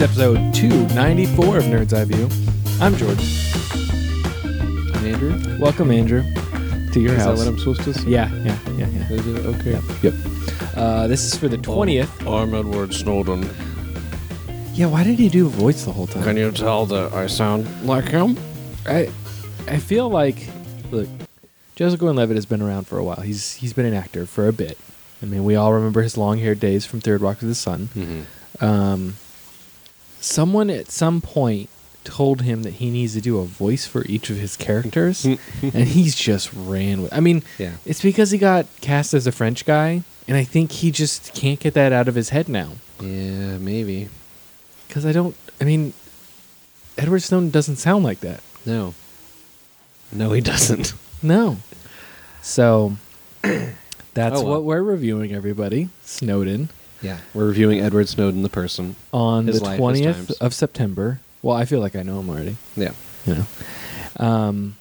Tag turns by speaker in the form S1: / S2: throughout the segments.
S1: episode 294 of Nerd's Eye View. I'm Jordan.
S2: I'm Andrew.
S1: Welcome, Andrew, to your
S2: Is that
S1: house.
S2: what I'm supposed to say?
S1: yeah, yeah, yeah, yeah.
S2: Is it? Okay.
S1: Yep. Uh, this is for the 20th.
S3: I'm Edward Snowden.
S1: Yeah, why did he do a voice the whole time?
S3: Can you tell that I sound like him?
S1: I I feel like look, Joseph Gordon-Levitt has been around for a while. He's he's been an actor for a bit. I mean, we all remember his long-haired days from Third Rock to the Sun.
S3: Mm-hmm.
S1: Um, someone at some point told him that he needs to do a voice for each of his characters, and he's just ran with. I mean,
S3: Yeah.
S1: it's because he got cast as a French guy, and I think he just can't get that out of his head now.
S3: Yeah, maybe.
S1: Because I don't. I mean, Edward Snowden doesn't sound like that.
S3: No. No, he doesn't.
S1: No. So that's
S3: Oh, well.
S1: what we're reviewing, everybody. Snowden
S3: Yeah. We're reviewing Edward Snowden, the person.
S1: on
S3: His
S1: the
S3: life, his
S1: twentieth
S3: times.
S1: of September. Well, I feel like I know him already.
S3: Yeah.
S1: You know. Um,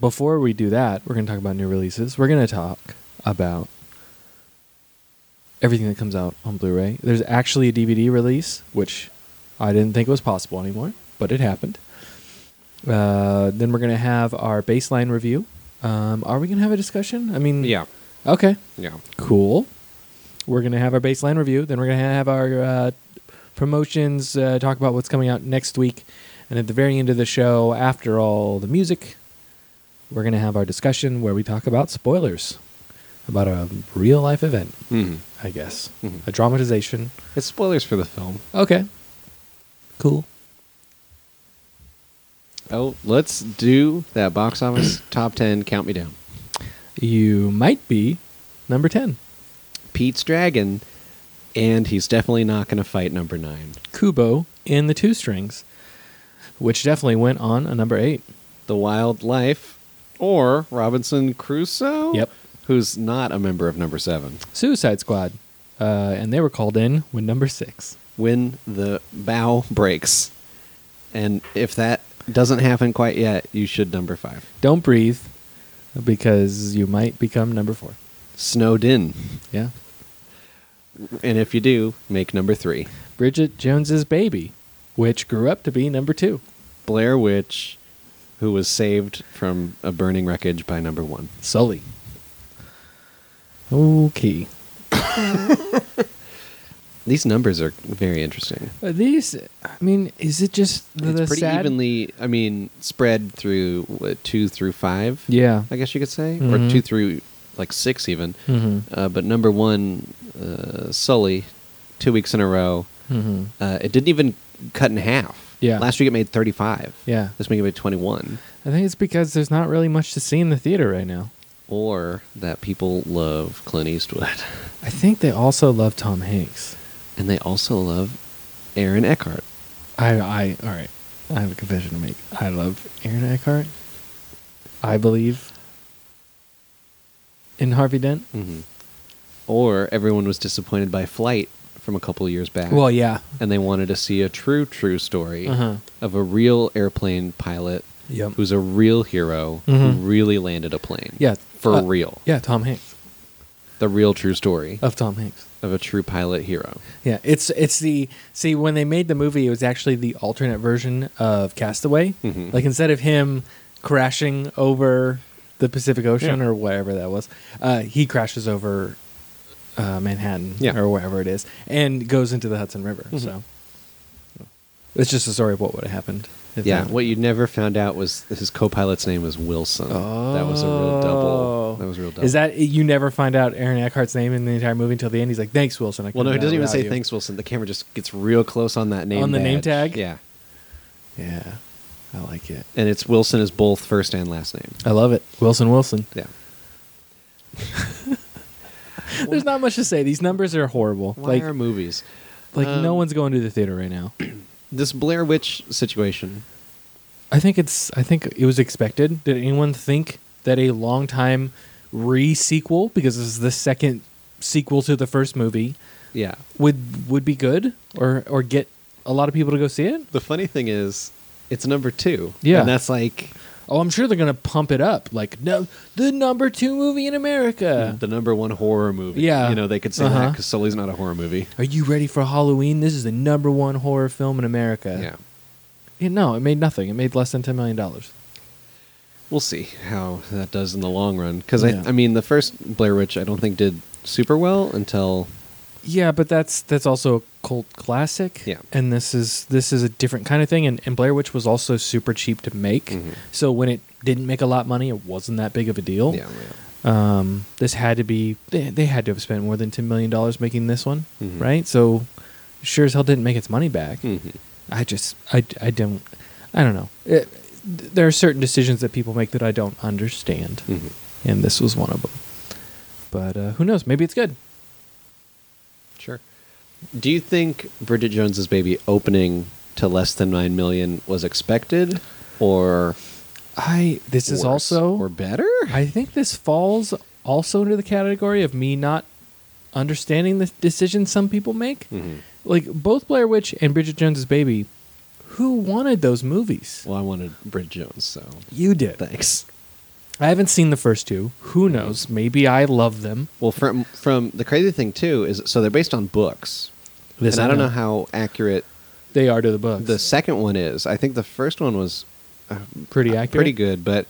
S1: before we do that, we're going to talk about new releases. We're going to talk about everything that comes out on Blu-ray. There's actually a DVD release, which I didn't think was possible anymore, but it happened. Uh, then we're going to have our baseline review. Um, are we going to have a discussion? I
S2: Hmm.
S1: mean,
S3: Yeah.
S1: Okay.
S3: Yeah.
S1: Cool. We're going to have our baseline review. Then we're going to have our uh, promotions, uh, talk about what's coming out next week. And at the very end of the show, after all the music, we're going to have our discussion where we talk about spoilers about a real life event,
S2: Mm-hmm.
S3: hmm
S1: I guess.
S3: Mhm.
S1: A dramatization.
S3: It's spoilers for the film.
S1: Okay. Cool.
S3: Oh, let's do that box office top 10 count me down.
S1: You might be number 10.
S3: Pete's Dragon, and he's definitely not going to fight number nine.
S1: Kubo in the two strings, which definitely went on a number eight.
S3: The Wild Life, or Robinson Crusoe?
S1: Yep.
S3: Who's not a member of number seven.
S1: Suicide Squad, uh, and they were called in when number six.
S3: when the bow breaks. And if that doesn't happen quite yet, you should number five.
S1: Don't breathe, because you might become number four.
S3: Snowed in.
S1: Yeah,
S3: And if you do, make number three.
S1: Bridget Jones's baby, which grew up to be number two.
S3: Blair Witch, who was saved from a burning wreckage by number one.
S1: Sully. Okay,
S3: These numbers are very interesting.
S1: Are these. I mean, is it just the,
S3: it's
S1: the
S3: pretty
S1: sad?
S3: evenly, I mean, spread through what, two through five,
S1: Yeah.
S3: I guess you could say,
S1: Mhm.
S3: or two through like six even.
S1: hmm
S3: Uh, but number one, uh, Sully, two weeks in a row,
S1: hmm
S3: Uh, it didn't even cut in half.
S1: Yeah.
S3: Last week it made 35.
S1: Yeah.
S3: This week it made 21.
S1: I think it's because there's not really much to see in the theater right now.
S3: Or that people love Clint Eastwood.
S1: I think they also love Tom Hanks.
S3: And they also love Aaron Eckhart.
S1: I, I, all right. I have a confession to make. I love Aaron Eckhart. I believe in Harvey Dent.
S3: Mm-hmm. Or everyone was disappointed by Flight from a couple of years back.
S1: Well, yeah.
S3: And they wanted to see a true, true story
S1: Uh-huh.
S3: of a real airplane pilot
S1: Yep.
S3: who's a real hero
S1: Mhm.
S3: who really landed a plane.
S1: yeah
S3: For
S1: uh,
S3: real.
S1: Yeah, Uh, Tom Hanks
S3: The real, true story
S1: of Tom Hanks.
S3: of a true pilot hero.
S1: Yeah, it's it's the see when they made the movie, it was actually the alternate version of Castaway.
S3: Mhm.
S1: Like instead of him crashing over the Pacific Ocean
S3: Yeah.
S1: or whatever that was, uh, he crashes over uh, Manhattan
S3: Yeah. Mm-hmm.
S1: or wherever it is, and goes into the Hudson River. So it's just a story of what would have happened. if
S3: Yeah,
S1: that-
S3: what you never found out was his co-pilot's name was Wilson. That was a real
S1: Oh.
S3: double. That was a real double.
S1: Is that you never find out Aaron Eckhart's name in the entire movie until the end? He's like, "Thanks, Wilson." I
S3: Well, no, he
S1: couldn't
S3: doesn't
S1: do it
S3: even
S1: without
S3: say
S1: you."
S3: thanks, Wilson. The camera just gets real close on that name.
S1: On the name
S3: badge.
S1: tag?
S3: Yeah,
S1: Yeah, I like it.
S3: and it's Wilson is both first and last name.
S1: I love it. Wilson Wilson.
S3: Yeah.
S1: There's not much to say. These numbers are horrible.
S3: Why
S1: like
S3: are movies?
S1: like no
S3: um,
S1: one's going to the theater right now.
S3: This Blair Witch situation.
S1: I think it's I think it was expected. Did anyone think that a long time re sequel because this is the second sequel to the first movie
S3: Yeah.
S1: would would be good or or get a lot of people to go see it?
S3: The funny thing is, it's number two.
S1: Yeah.
S3: and that's like
S1: Oh, I'm sure they're gonna pump it up. Like no, the number two movie in America.
S3: The number one horror movie.
S1: Uh, Yeah.
S3: You know, they could say
S1: Uh-huh.
S3: that because Sully's not a horror movie.
S1: Are you ready for Halloween? This is the number one horror film in America.
S3: yeah.
S1: Yeah, no, it made nothing. It made less than ten million dollars.
S3: We'll see how that does in the long run. Because,
S1: Yeah.
S3: I, I mean, the first Blair Witch I don't think did super well until.
S1: Yeah, but that's that's also a cult classic.
S3: Yeah.
S1: And this is this is a different kind of thing and, and Blair Witch was also super cheap to make.
S3: Mhm.
S1: So when it didn't make a lot of money, it wasn't that big of a deal.
S3: Yeah.
S1: Um this had to be they, they had to have spent more than 10 million dollars making this one,
S3: Mhm.
S1: right? So sure as hell didn't make its money back.
S3: hmm
S1: I just I I don't I don't know. It, there are certain decisions that people make that I don't understand.
S3: hmm
S1: And this was one of them. But uh, who knows? Maybe it's good.
S3: Sure. Do you think Bridget Jones's Baby opening to less than 9 million was expected or.
S1: I this is
S3: worse
S1: also
S3: Or better?
S1: I think this falls also into the category of me not understanding the decisions some people make.
S3: Mhm.
S1: Like both Blair Witch and Bridget Jones's Baby, who wanted those movies?
S3: Well, I wanted Bridget Jones, so.
S1: you did.
S3: Thanks.
S1: I haven't seen the first two. Who knows? Maybe I love them.
S3: Well, from from the crazy thing too is so they're based on books,
S1: This
S3: and I don't know how accurate
S1: they are to the books.
S3: the second one is. I think the first one was
S1: pretty accurate.
S3: pretty good, but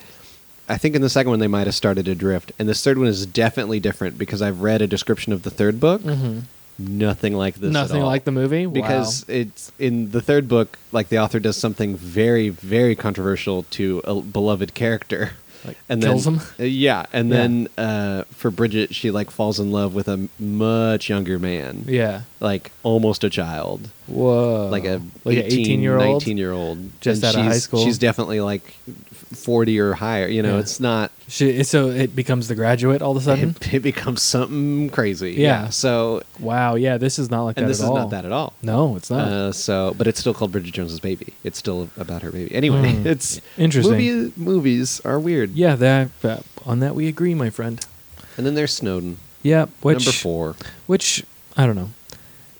S3: I think in the second one they might have started adrift, and this third one is definitely different because I've read a description of the third book.
S1: Mhm.
S3: Nothing like this. at
S1: Nothing
S3: all.
S1: like the movie Wow.
S3: because it's in the third book. Like the author does something very, very controversial to a beloved character,
S1: Like,
S3: and
S1: kills
S3: then,
S1: him?
S3: Uh, Yeah, and
S1: Yeah.
S3: then uh, for Bridget, she like falls in love with a m- much younger man.
S1: yeah.
S3: like almost a child
S1: Whoa.
S3: Uh, like a
S1: like
S3: 18,
S1: an 18 year old.
S3: 19 year old
S1: Just out of high school.
S3: she's definitely like 40 or higher you know
S1: Yeah.
S3: it's not
S1: She, so it becomes the graduate all of a sudden.
S3: it, it becomes something crazy
S1: Yeah.
S3: so
S1: wow. Yeah. This is not like
S3: and
S1: that
S3: this
S1: at
S3: is
S1: all.
S3: not that at all
S1: No, it's not.
S3: uh, so but it's still called bridget jones's baby it's still about her baby anyway
S1: Hmm.
S3: it's
S1: Interesting.
S3: movie, movies are weird
S1: Yeah, that, that- on that we agree, my friend.
S3: and then there's snowden
S1: Yeah, which
S3: number four
S1: Which I don't know.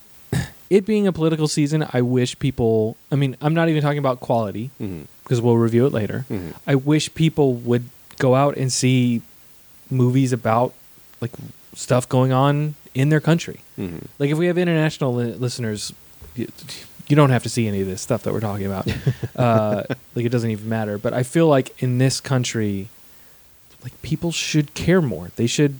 S1: It being a political season, I wish people. I mean, I'm not even talking about quality
S3: hmm
S1: because we'll review it later.
S3: Mhm.
S1: I wish people would go out and see movies about like stuff going on in their country.
S3: hmm
S1: Like if we have international li- listeners, you, you don't have to see any of this stuff that we're talking about. uh, like it doesn't even matter. But I feel like in this country, like people should care more. They should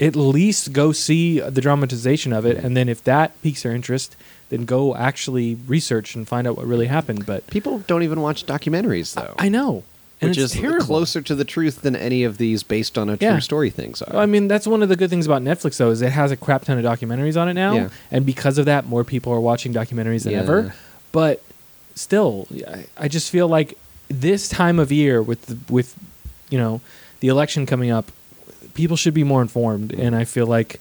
S1: at least go see the dramatization of it, and then if that piques their interest, then go actually research and find out what really happened. But
S3: people don't even watch documentaries though
S1: I know, and
S3: which
S1: it's
S3: is
S1: terrible.
S3: closer to the truth than any of these based on a true
S1: Yeah.
S3: story things are
S1: I mean, that's one of the good things about Netflix, though, is it has a crap ton of documentaries on it now,
S3: Yeah.
S1: and because of that, more people are watching documentaries than
S3: Yeah.
S1: ever. But still, I, I just feel like this time of year, with the, with you know the election coming up, people should be more informed, and I feel like,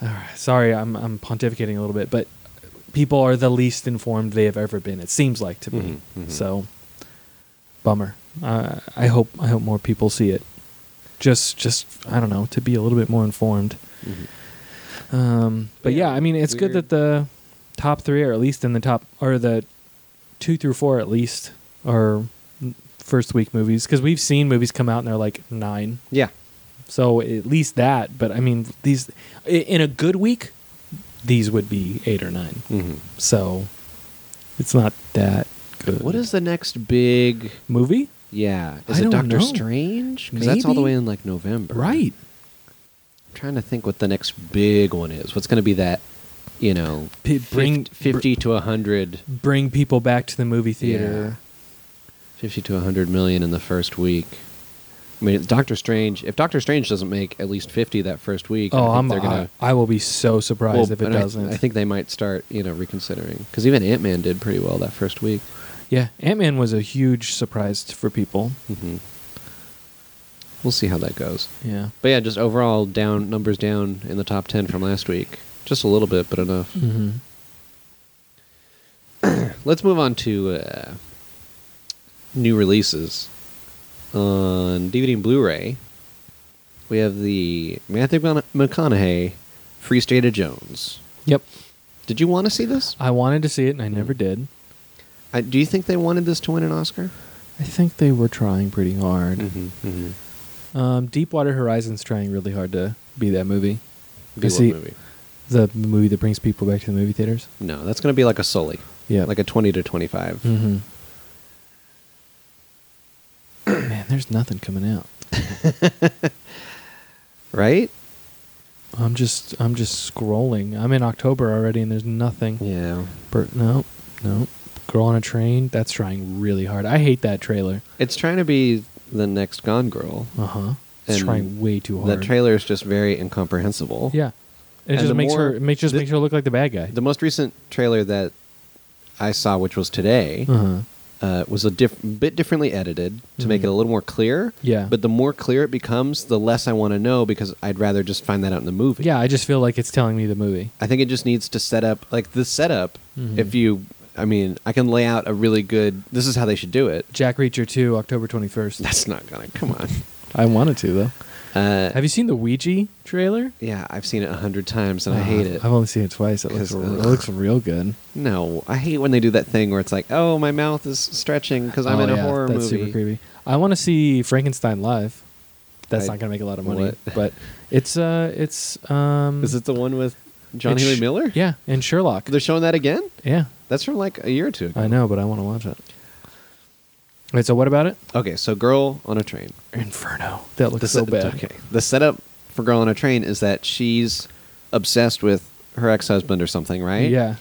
S1: Ah, sorry, I'm I'm pontificating a little bit, but people are the least informed they have ever been. It seems like to me.
S3: Mhm, mhm.
S1: So, bummer. Uh, I hope I hope more people see it just just I don't know to be a little bit more informed.
S3: Mhm.
S1: Um, but yeah,
S3: Yeah,
S1: I mean it's good that
S3: weird.
S1: the top three, or at least in the top, or the two through four at least, are n- first week movies because we've seen movies come out and they're like nine,
S3: Yeah.
S1: so at least that. But I mean these i- in a good week, these would be eight or nine.
S3: Mm-hmm.
S1: So it's not that good.
S3: What is the next big?
S1: movie?
S3: Yeah,
S1: I
S3: is it
S1: don't
S3: Doctor
S1: know.
S3: Strange? Because that's all the
S1: Maybe.
S3: way in like November,
S1: Right.
S3: I'm trying to think what the next big one is. What's going to be that? You know,
S1: P-
S3: bring
S1: bring-
S3: fifty to hundred.
S1: Bring people back to the movie theater.
S3: Fifty to hundred million in the first week. I mean, Doctor Strange. If Doctor Strange doesn't make at least fifty that first week,
S1: Oh,
S3: I think
S1: I'm.
S3: they're gonna.
S1: I, I will be so surprised
S3: well,
S1: if it
S3: and I-
S1: doesn't.
S3: I, think they might start, you know, reconsidering because even Ant Man did pretty well that first week.
S1: Yeah, Ant Man was a huge surprise for people.
S3: hmm We'll see how that goes.
S1: Yeah.
S3: But yeah, just overall down numbers down in the top ten from last week. Just a little bit, but enough.
S1: Mm-hmm.
S3: Let's move on to uh, new releases on DVD and Blu-ray. We have the Matthew McCona- McConaughey Free State of Jones.
S1: Yep.
S3: Did you want to see this?
S1: I wanted to see it and I never did.
S3: I, do you think they wanted this to win an Oscar?
S1: I I think they were trying pretty hard.
S3: Mm-hmm, mm-hmm.
S1: Um, Deepwater Horizon's trying really hard to be that movie.
S3: Be
S1: see-
S3: what movie?
S1: The movie that brings people back to the movie theaters.
S3: No, that's going to be like a Sully.
S1: Yeah.
S3: Like a 20 to 25.
S1: hmm Man, there's nothing coming out.
S3: Right?
S1: I'm just I'm just scrolling. I'm in October already, and there's nothing.
S3: Yeah.
S1: Bur- no, no. Girl on a train. That's trying really hard. I hate that trailer.
S3: It's trying to be the next Gone Girl.
S1: Uh huh. It's
S3: And
S1: trying way too hard.
S3: That trailer is just very incomprehensible.
S1: Yeah. It
S3: And
S1: just
S3: the
S1: makes
S3: more-
S1: her it makes just
S3: the-
S1: makes her look like the bad guy.
S3: The most recent trailer that I saw, which was today,
S1: uh-huh.
S3: uh, was a diff- bit differently edited to make
S1: Mhm.
S3: it a little more clear.
S1: Yeah.
S3: But the more clear it becomes, the less I want to know because I'd rather just find that out in the movie.
S1: Yeah, I just feel like it's telling me the movie.
S3: I think it just needs to set up like the setup.
S1: Mhm.
S3: If you, I mean, I can lay out a really good. This is how they should do it.
S1: Jack Reacher 2, October 21st.
S3: That's not gonna come on.
S1: I wanted to though.
S3: Uh,
S1: Have you seen the Ouija trailer?
S3: yeah, I've seen it a hundred times and I hate it.
S1: I've only seen it twice. It looks,
S3: 'Cause,
S1: r-
S3: ugh.
S1: it looks real good.
S3: No, I hate when they do that thing where it's like, oh, my mouth is stretching because I'm
S1: Oh,
S3: in a
S1: yeah,
S3: horror
S1: that's
S3: movie.
S1: super creepy. I want to see Frankenstein live. That's
S3: I-
S1: not going to make a lot of money,
S3: what?
S1: but it's uh it's um
S3: Is it the one with John
S1: it's
S3: Haley
S1: Sh-
S3: Miller?
S1: Yeah, and Sherlock.
S3: They're showing that again?
S1: yeah.
S3: That's from like a year or two ago.
S1: I know, but I want to watch it. Wait, so what about it?
S3: Okay, so Girl on a Train.
S1: Inferno. That looks
S3: The
S1: so
S3: se-
S1: bad.
S3: Okay. The setup for Girl on a Train is that she's obsessed with her ex husband or something, right?
S1: Yeah.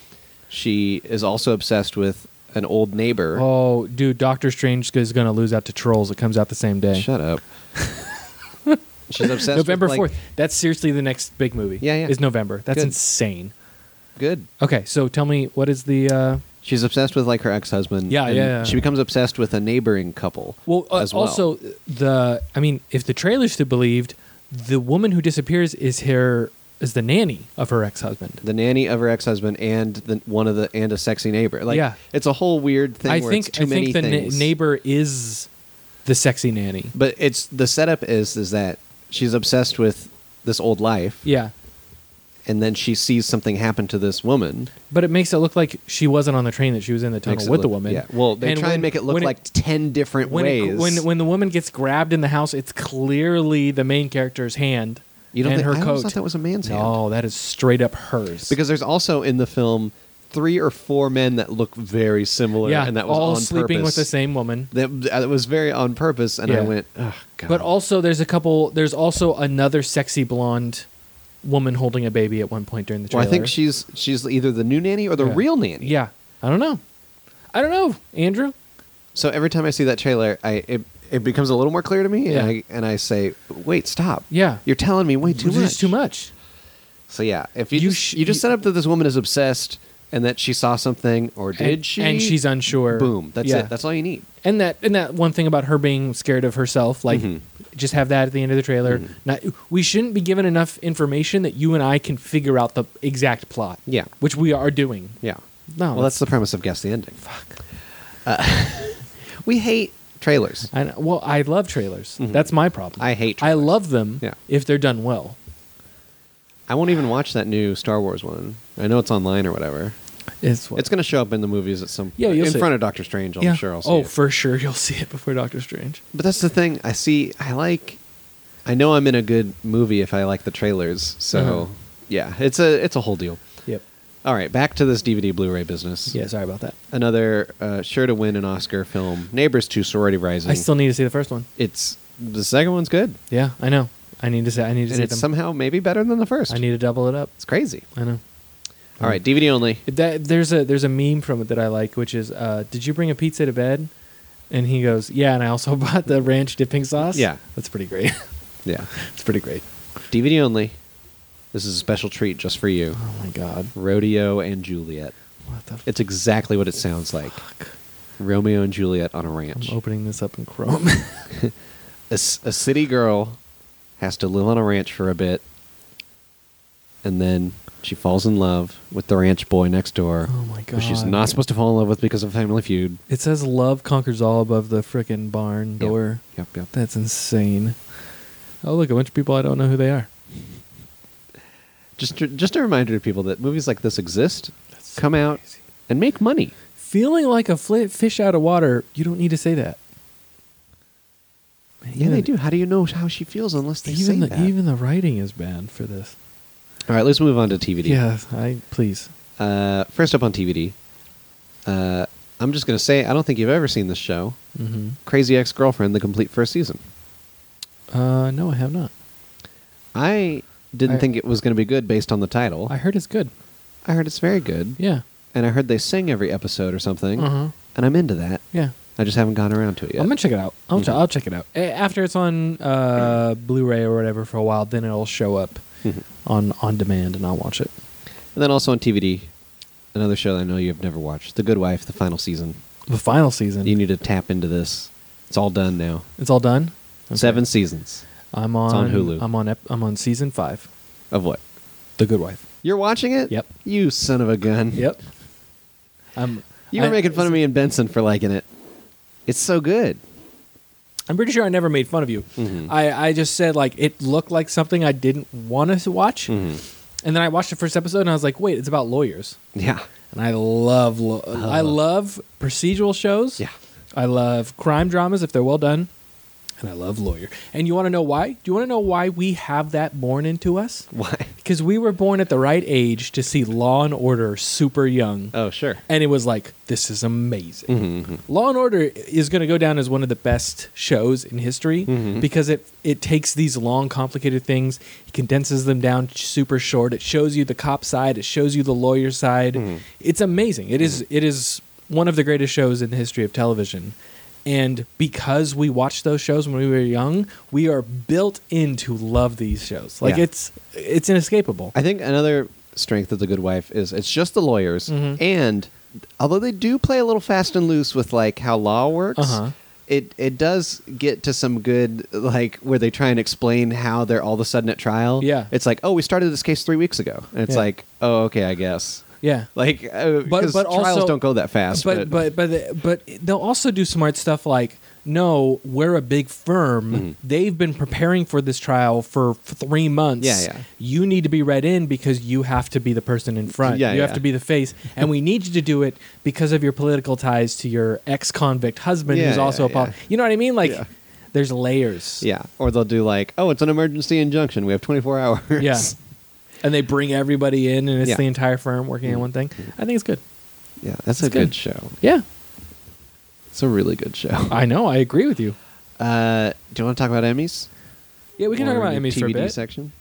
S3: She is also obsessed with an old neighbor.
S1: Oh, dude, Doctor Strange is going to lose out to trolls. It comes out the same day.
S3: Shut up. she's obsessed
S1: November
S3: with. like-
S1: 4th. That's seriously the next big movie.
S3: Yeah, yeah.
S1: Is November. That's
S3: Good.
S1: insane.
S3: Good.
S1: Okay, so tell me, what is the. Uh,
S3: She's obsessed with like her ex husband.
S1: Yeah, yeah, yeah.
S3: She becomes obsessed with a neighboring couple.
S1: well, uh,
S3: as well.
S1: also, the. I mean, if the trailer's to be believed, the woman who disappears is her. Is the nanny of her ex husband.
S3: the nanny of her ex husband and the, one of the and a sexy neighbor. Like,
S1: Yeah.
S3: it's a whole weird thing.
S1: I
S3: where
S1: think
S3: it's too
S1: I think
S3: many
S1: the na-
S3: things.
S1: neighbor is the sexy nanny.
S3: But it's the setup is is that she's obsessed with this old life,
S1: Yeah.
S3: and then she sees something happen to this woman.
S1: But it makes it look like she wasn't on the train that she was in the tunnel
S3: Makes
S1: with
S3: it
S1: the
S3: look-
S1: woman.
S3: Yeah. Well, they try
S1: when-
S3: and make it look
S1: when
S3: like ten different
S1: when, it-
S3: ways.
S1: when when the woman gets grabbed in the house, it's clearly the main character's hand
S3: you don't
S1: and
S3: think,
S1: her
S3: I always
S1: coat.
S3: thought that was a man's hand
S1: no, that is straight up hers.
S3: because there's also in the film three or four men that look very similar,
S1: yeah,
S3: and that was
S1: all
S3: on
S1: sleeping
S3: purpose.
S1: with the same woman.
S3: That, that was very on purpose, and I
S1: Yeah.
S3: went, oh, God.
S1: But also, there's a couple. There's also another sexy blonde woman holding a baby at one point during the
S3: Well,
S1: trailer.
S3: I think she's she's either the new nanny or the
S1: Yeah.
S3: real nanny.
S1: Yeah, I don't know. I don't know, Andrew.
S3: So every time I see that trailer, I it, it becomes a little more clear to me,
S1: Yeah.
S3: and I and I say, wait, stop.
S1: Yeah.
S3: You're telling me way too
S1: This is
S3: much.
S1: too much.
S3: So yeah, if you
S1: You
S3: just,
S1: sh-
S3: you just
S1: you-
S3: set up that this woman is obsessed and that she saw something or did
S1: and,
S3: she?
S1: And she's unsure.
S3: boom. That's
S1: Yeah.
S3: it. That's all you need.
S1: and that and that one thing about her being scared of herself like
S3: Mhm.
S1: just have that at the end of the trailer
S3: Mm-hmm.
S1: Not- we shouldn't be given enough information that you and i can figure out the exact plot
S3: Yeah.
S1: which we are doing
S3: Yeah.
S1: no
S3: well, that's the premise of guess the ending. Fuck. Uh, we hate trailers.
S1: I, know- well i love trailers that's my problem
S3: Mm-hmm. I hate
S1: i love them
S3: Yeah.
S1: if they're done well
S3: I won't even watch that new Star Wars one. I know it's online or whatever.
S1: it's,
S3: It's going to show up in the movies at some
S1: Yeah, you'll
S3: in
S1: see
S3: front
S1: it.
S3: of Doctor Strange. I'm
S1: yeah.
S3: sure I'll see
S1: oh
S3: it.
S1: for sure you'll see it before doctor strange
S3: But that's the thing. I see. I like. I know I'm in a good movie if I like the trailers. So
S1: Uh-huh.
S3: yeah, it's a it's a whole deal.
S1: yep
S3: All right, back to this DVD Blu-ray business.
S1: yeah sorry about that
S3: Another uh, sure to win an Oscar film, Neighbors Two: Sorority Rising.
S1: i still need to see the first one
S3: It's the second one's good,
S1: yeah i know i need to say i need to
S3: and
S1: see
S3: it's
S1: them
S3: somehow maybe better than the first.
S1: i need Mm. to double it up
S3: It's crazy.
S1: i know
S3: All right, DVD only.
S1: That there's a there's a meme from it that I like, which is, uh, "Did you bring a pizza to bed?" And he goes, "Yeah." And I also bought the ranch dipping sauce.
S3: Yeah.
S1: that's pretty great.
S3: Yeah,
S1: it's pretty great.
S3: DVD only. This is a special treat just for you.
S1: Oh my god,
S3: Rodeo and Juliet.
S1: what the?
S3: It's exactly what it sounds like. Romeo and Juliet on a ranch.
S1: I'm opening this up in Chrome.
S3: a, s- a city girl has to live on a ranch for a bit, and then she falls in love with the ranch boy next door,
S1: oh my god,
S3: who she's not supposed to fall in love with because of Family Feud.
S1: It says love conquers all above the frickin' barn
S3: Yep,
S1: door.
S3: Yep, yep.
S1: That's insane. Oh look, a bunch of people I don't know who they are.
S3: Just, to, just a reminder to people that movies like this exist,
S1: That's
S3: come out,
S1: crazy.
S3: and make money.
S1: Feeling like a fli fish out of water. You don't need to say that.
S3: Yeah, they do. How do you know how she feels unless they
S1: Even
S3: say
S1: the,
S3: that?
S1: even the writing is bad for this.
S3: All right, let's move on to TVD.
S1: Yeah, I please.
S3: Uh, first up on TVD, uh, I'm just going to say I don't think you've ever seen this show.
S1: hmm
S3: Crazy Ex-Girlfriend, the complete first season.
S1: Uh, no, I have not.
S3: I didn't
S1: I-
S3: think it was going to be good based on the title.
S1: I heard it's good.
S3: I heard it's very good.
S1: Yeah.
S3: And I heard they sing every episode or something.
S1: Uh-huh.
S3: And I'm into that.
S1: Yeah.
S3: I just haven't gone around to it yet.
S1: I'm gonna check it out. I'll, ch-
S3: Mhm.
S1: I'll check it out A- after it's on uh, Blu-ray or whatever for a while. Then it'll show up
S3: Mhm.
S1: on on demand, and I'll watch it.
S3: And then also on TVD, another show that I know you've never watched, The Good Wife, the final season.
S1: The final season.
S3: You need to tap into this. It's all done now.
S1: it's all done. Okay.
S3: Seven seasons
S1: I'm
S3: It's on
S1: on,
S3: Hulu.
S1: I'm on. Ep- I'm on season five.
S3: of what?
S1: The Good Wife.
S3: You're watching it?
S1: Yep.
S3: You son of a gun.
S1: Yep. I'm.
S3: You were
S1: I-
S3: making fun of me and Benson for liking it. It's so good.
S1: I'm pretty sure I never made fun of you.
S3: Mhm.
S1: I, I just said like it looked like something I didn't want to watch,
S3: Mm-hmm.
S1: and then I watched the first episode and I was like, wait, it's about lawyers,
S3: Yeah.
S1: and I love lo- I love procedural shows.
S3: Uh-huh. Yeah.
S1: I love crime dramas if they're well done, and I love lawyer. And you want to know why? Do you want to know why we have that born into us?
S3: Why?
S1: Because we were born at the right age to see Law and Order super young,
S3: Oh, sure.
S1: and it was like this is amazing.
S3: Mm-hmm.
S1: Law and Order is going to go down as one of the best shows in history
S3: Mhm.
S1: because it it takes these long, complicated things, it condenses them down super short. It shows you the cop side, it shows you the lawyer side.
S3: Mhm.
S1: It's amazing. It is it is one of the greatest shows in the history of television. And because we watched those shows when we were young, we are built in to love these shows. Like
S3: Yeah.
S1: it's it's inescapable.
S3: I think another strength of The Good Wife is it's just the lawyers,
S1: Mhm.
S3: and although they do play a little fast and loose with like how law works,
S1: Uh-huh.
S3: it it does get to some good like where they try and explain how they're all of a sudden at trial.
S1: Yeah.
S3: it's like oh we started this case three weeks ago, and it's
S1: Yeah.
S3: like oh okay I guess
S1: yeah.
S3: like uh,
S1: But-
S3: 'cause
S1: but
S3: trials
S1: also-
S3: don't go that fast,
S1: but but but the- but they'll also do smart stuff like no we're a big firm
S3: Mhm.
S1: they've been preparing for this trial for f- three months
S3: Yeah, yeah.
S1: you need to be read in because you have to be the person in front
S3: Yeah,
S1: you
S3: yeah.
S1: have to be the face and we need you to do it because of your political ties to your ex-convict husband
S3: Yeah,
S1: who's also
S3: yeah,
S1: a pol-
S3: yeah.
S1: you know what i mean like
S3: Yeah.
S1: there's layers
S3: yeah, or they'll do like oh it's an emergency injunction, we have twenty four hours.
S1: yeah and they bring everybody in and it's
S3: Yeah. Mm.
S1: the entire firm working on one thing i think it's good
S3: yeah, that's a
S1: It's
S3: good.
S1: good.
S3: show.
S1: yeah
S3: It's a really good show.
S1: i know i agree with you
S3: Uh, do you want to talk about Emmys?
S1: yeah we can
S3: Or
S1: talk about
S3: your
S1: emmys for a
S3: TBD
S1: bit
S3: section.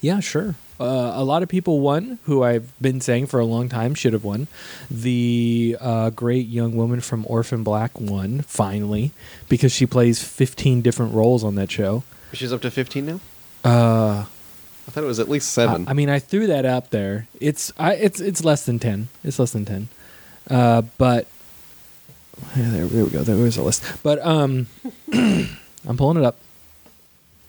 S1: Yeah, sure. Uh, a lot of people won, who I've been saying for a long time should have won. The uh, great young woman from Orphan Black won, finally, because she plays 15 different roles on that show.
S3: She's up to 15 now?
S1: Uh,
S3: I thought it was at least seven.
S1: I, I mean, I threw that out there. It's I, it's it's less than ten. It's less than ten. Uh, but yeah, there, there we go. There was a list. But um, I'm pulling it up.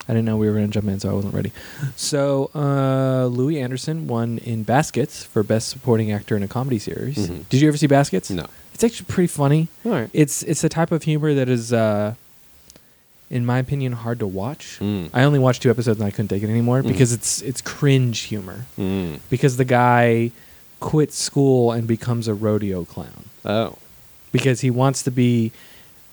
S1: I didn't know we were going to jump in, so I wasn't ready. So uh, Louis Anderson won in Baskets for Best Supporting Actor in a Comedy Series.
S3: Mhm.
S1: Did you ever see Baskets?
S3: No.
S1: It's actually pretty funny.
S3: All right.
S1: It's it's the type of humor that is, uh, in my opinion, hard to watch.
S3: Mm.
S1: I only watched two episodes and I couldn't take it anymore
S3: Mhm.
S1: because it's it's cringe humor.
S3: Mm.
S1: Because the guy quits school and becomes a rodeo clown
S3: Oh.
S1: because he wants to be.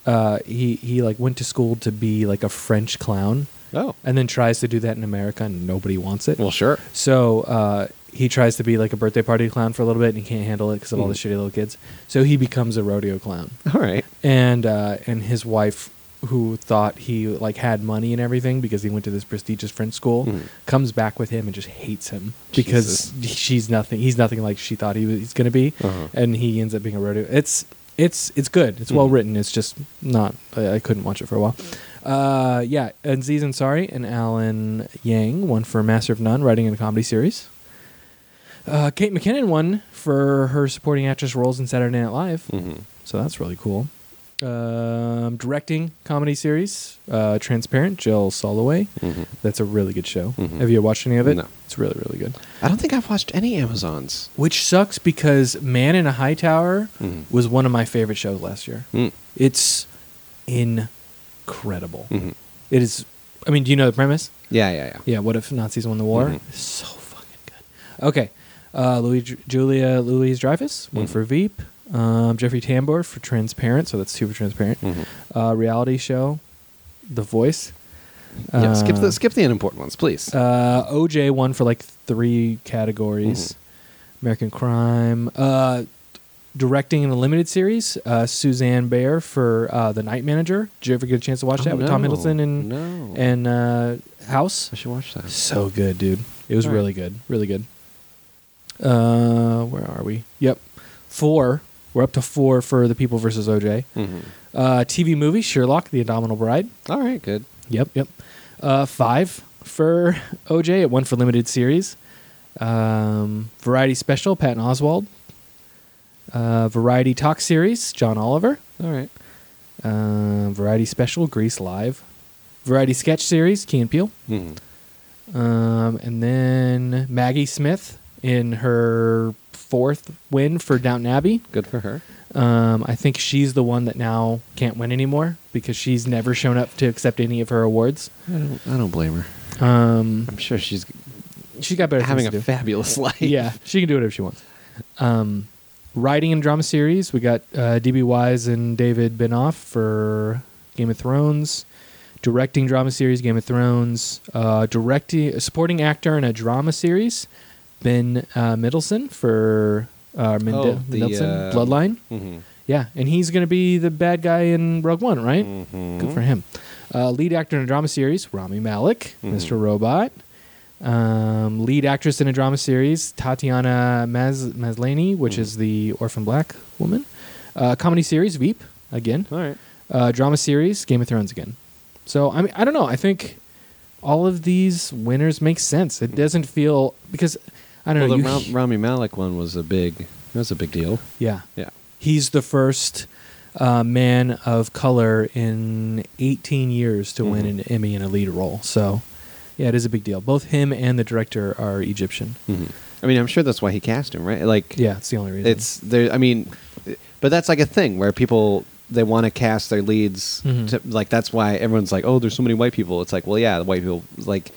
S1: Uh, he he like went to school to be like a French clown
S3: Oh.
S1: and then tries to do that in America and nobody wants it.
S3: Well, sure.
S1: So uh, he tries to be like a birthday party clown for a little bit and he can't handle it because of all the
S3: Mhm.
S1: shitty little kids. So he becomes a rodeo clown
S3: All right.
S1: and uh, and his wife who thought he like had money and everything because he went to this prestigious French school
S3: Mhm.
S1: comes back with him and just hates him because she's nothing he's nothing like she thought he was he's gonna be
S3: Uh-huh.
S1: and he ends up being a rodeo it's it's it's good it's well
S3: Mhm.
S1: written it's just not I, I couldn't watch it for a while uh yeah and season sorry and Alan Yang one for Master of None writing in a comedy series uh, Kate McKinnon won for her supporting actress roles in Saturday Night Live
S3: Mm-hmm.
S1: so that's really cool. Um, directing comedy series, uh, Transparent, Jill Soloway.
S3: Mm-hmm.
S1: That's a really good show.
S3: Mhm.
S1: Have you watched any of it?
S3: No.
S1: It's really, really good.
S3: I don't think I've watched any Amazons.
S1: Which sucks because Man in a High Tower
S3: Mhm.
S1: was one of my favorite shows last year.
S3: Mm.
S1: It's incredible.
S3: Mhm.
S1: It is. I mean, do you know the premise?
S3: Yeah, yeah, yeah.
S1: Yeah, what if Nazis won the war?
S3: Mhm.
S1: It's So fucking good. Okay. Uh, Louis, Ju- Julia Louise Dreyfus, one
S3: Mhm.
S1: for Veep. Um, Jeffrey Tambor for Transparent, so that's super transparent.
S3: Mhm.
S1: Uh, reality show, the voice.
S3: yeah, skip
S1: Uh,
S3: the skip the unimportant ones, please.
S1: Uh, OJ won for like three categories:
S3: Mm-hmm.
S1: American Crime, uh, directing in a limited series. Uh, Suzanne Bear for uh, The Night Manager. Did you ever get a chance to watch that
S3: Oh,
S1: with Tom
S3: no.
S1: Hiddleston and
S3: no.
S1: and uh, House?
S3: I should watch that.
S1: So good, dude. It was
S3: All right.
S1: really good, really good. Uh, where are we? Yep, four. We're up to four for the People versus OJ.
S3: Mhm.
S1: Uh, TV movie Sherlock: The Abominable Bride.
S3: All right, good.
S1: Yep, yep. Uh, five for OJ. It won for limited series. Um, variety special, Patton Oswald. Uh, variety talk series, John Oliver.
S3: All right.
S1: Um, variety special, Grease Live. Variety sketch series, Key and Peele.
S3: Mhm.
S1: Um, and then Maggie Smith in her fourth win for Downton Abbey.
S3: Good for her.
S1: Um, I think she's the one that now can't win anymore because she's never shown up to accept any of her awards.
S3: I don't. I don't blame her.
S1: Um,
S3: I'm sure she's
S1: she got better
S3: having
S1: things to
S3: a
S1: do.
S3: fabulous life.
S1: yeah, she can do whatever she wants. Um, writing and drama series, we got uh, DB Wise and David Benoff for Game of Thrones. Directing drama series, Game of Thrones. Uh, directing supporting actor in a drama series, Ben uh, Middleton for uh, Mende-
S3: Oh, the,
S1: Middleton
S3: uh,
S1: Bloodline.
S3: Mhm.
S1: Yeah, and he's going to be the bad guy in Rogue One, right?
S3: Mhm.
S1: Good for him. Uh, lead actor in a drama series, Rami Malik,
S3: Mhm.
S1: Mr. Robot. Um, lead actress in a drama series, Tatiana Maz- Maslany, which is the Orphan Black woman. Uh, comedy series, Veep, again.
S3: All right.
S1: Uh, drama series, Game of Thrones again. So, I mean, I don't know. I think all of these winners make sense. It doesn't feel, because, I don't
S3: Well, the
S1: know.
S3: Ra-
S1: you-
S3: Rami Malik one was a big. That was a big deal.
S1: yeah.
S3: Yeah.
S1: He's the first uh, man of color in 18 years to win
S3: Mhm.
S1: an Emmy in a lead role. So, yeah, it is a big deal. Both him and the director are Egyptian.
S3: Mhm. I mean, I'm sure that's why he cast him, right? Like,
S1: Yeah, it's the only reason.
S3: it's there. I mean, but that's like a thing where people they want to cast their leads.
S1: Mhm.
S3: To, like that's why everyone's like, oh, there's so many white people. It's like, well, yeah, the white people. Like,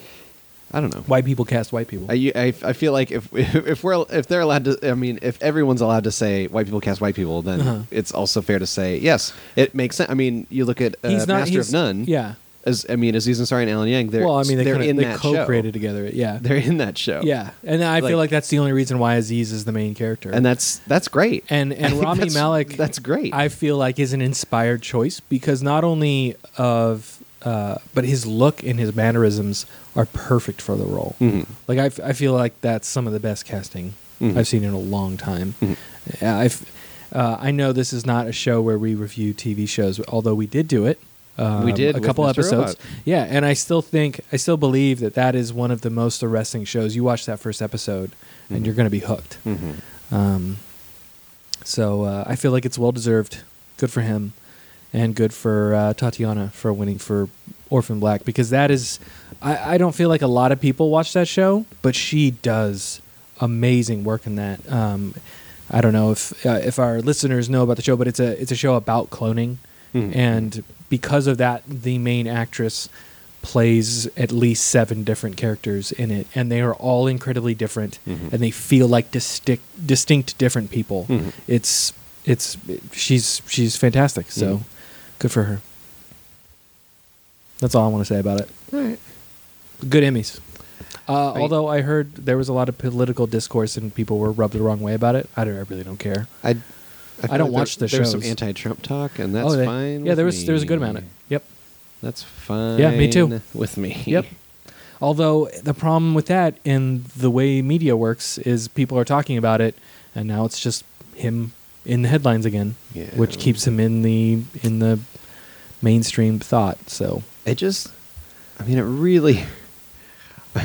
S3: I don't know.
S1: white people cast white people.
S3: I, I, I feel like if if we're if they're allowed to, I mean, if everyone's allowed to say white people cast white people, then
S1: Uh-huh.
S3: it's also fair to say yes, it makes sense. I mean, you look at uh, Master of None.
S1: Yeah.
S3: As I mean, Aziz Ansari and Alan Yang. They're,
S1: well, I mean, they,
S3: they're
S1: kinda,
S3: in
S1: they
S3: that
S1: co-created
S3: show.
S1: together. Yeah.
S3: They're in that show.
S1: Yeah, and I feel
S3: Like-
S1: like that's the only reason why Aziz is the main character.
S3: and that's that's great.
S1: and and Rami
S3: That's-
S1: Malek.
S3: That's great.
S1: I feel like is an inspired choice because not only of uh, but his look and his mannerisms are perfect for the role.
S3: Mhm.
S1: Like I, f- I feel like that's some of the best casting
S3: Mhm.
S1: I've seen in a long time.
S3: Mhm.
S1: Yeah, I've, uh, I know this is not a show where we review TV shows, although we did do it. Um,
S3: did
S1: a
S3: with
S1: couple
S3: Mr.
S1: episodes.
S3: Robot.
S1: Yeah, and I still think I still believe that that is one of the most arresting shows. You watch that first episode,
S3: Mm-hmm.
S1: and you're going to be hooked.
S3: Mhm.
S1: Um, so uh, I feel like it's well deserved. Good for him, and good for uh, Tatiana for winning for Orphan Black because that is, I, I don't feel like a lot of people watch that show, but she does amazing work in that. Um, I don't know if uh, if our listeners know about the show, but it's a it's a show about cloning,
S3: Mhm.
S1: and because of that, the main actress plays at least seven different characters in it, and they are all incredibly different,
S3: Mhm.
S1: and they feel like distinct, distinct different people.
S3: Mhm.
S1: It's it's she's she's fantastic. So
S3: Mhm.
S1: good for her. That's all I want to say about it.
S3: All right.
S1: Good Emmys. Uh,
S3: Right.
S1: although I heard there was a lot of political discourse and people were rubbed the wrong way about it. I, don't, I really don't care.
S3: I, I, feel
S1: don't
S3: there-
S1: watch the
S3: There's some
S1: shows.
S3: anti-Trump talk, and that's
S1: Oh, they-
S3: fine.
S1: Yeah, there
S3: with
S1: was there was a good
S3: me.
S1: amount of it. Yep.
S3: That's fine.
S1: Yeah, me too.
S3: With me.
S1: Yep. Although the problem with that and the way media works is people are talking about it, and now it's just him in the headlines again,
S3: Yeah.
S1: which keeps him in the in the mainstream thought. So
S3: It just, I mean, it really, it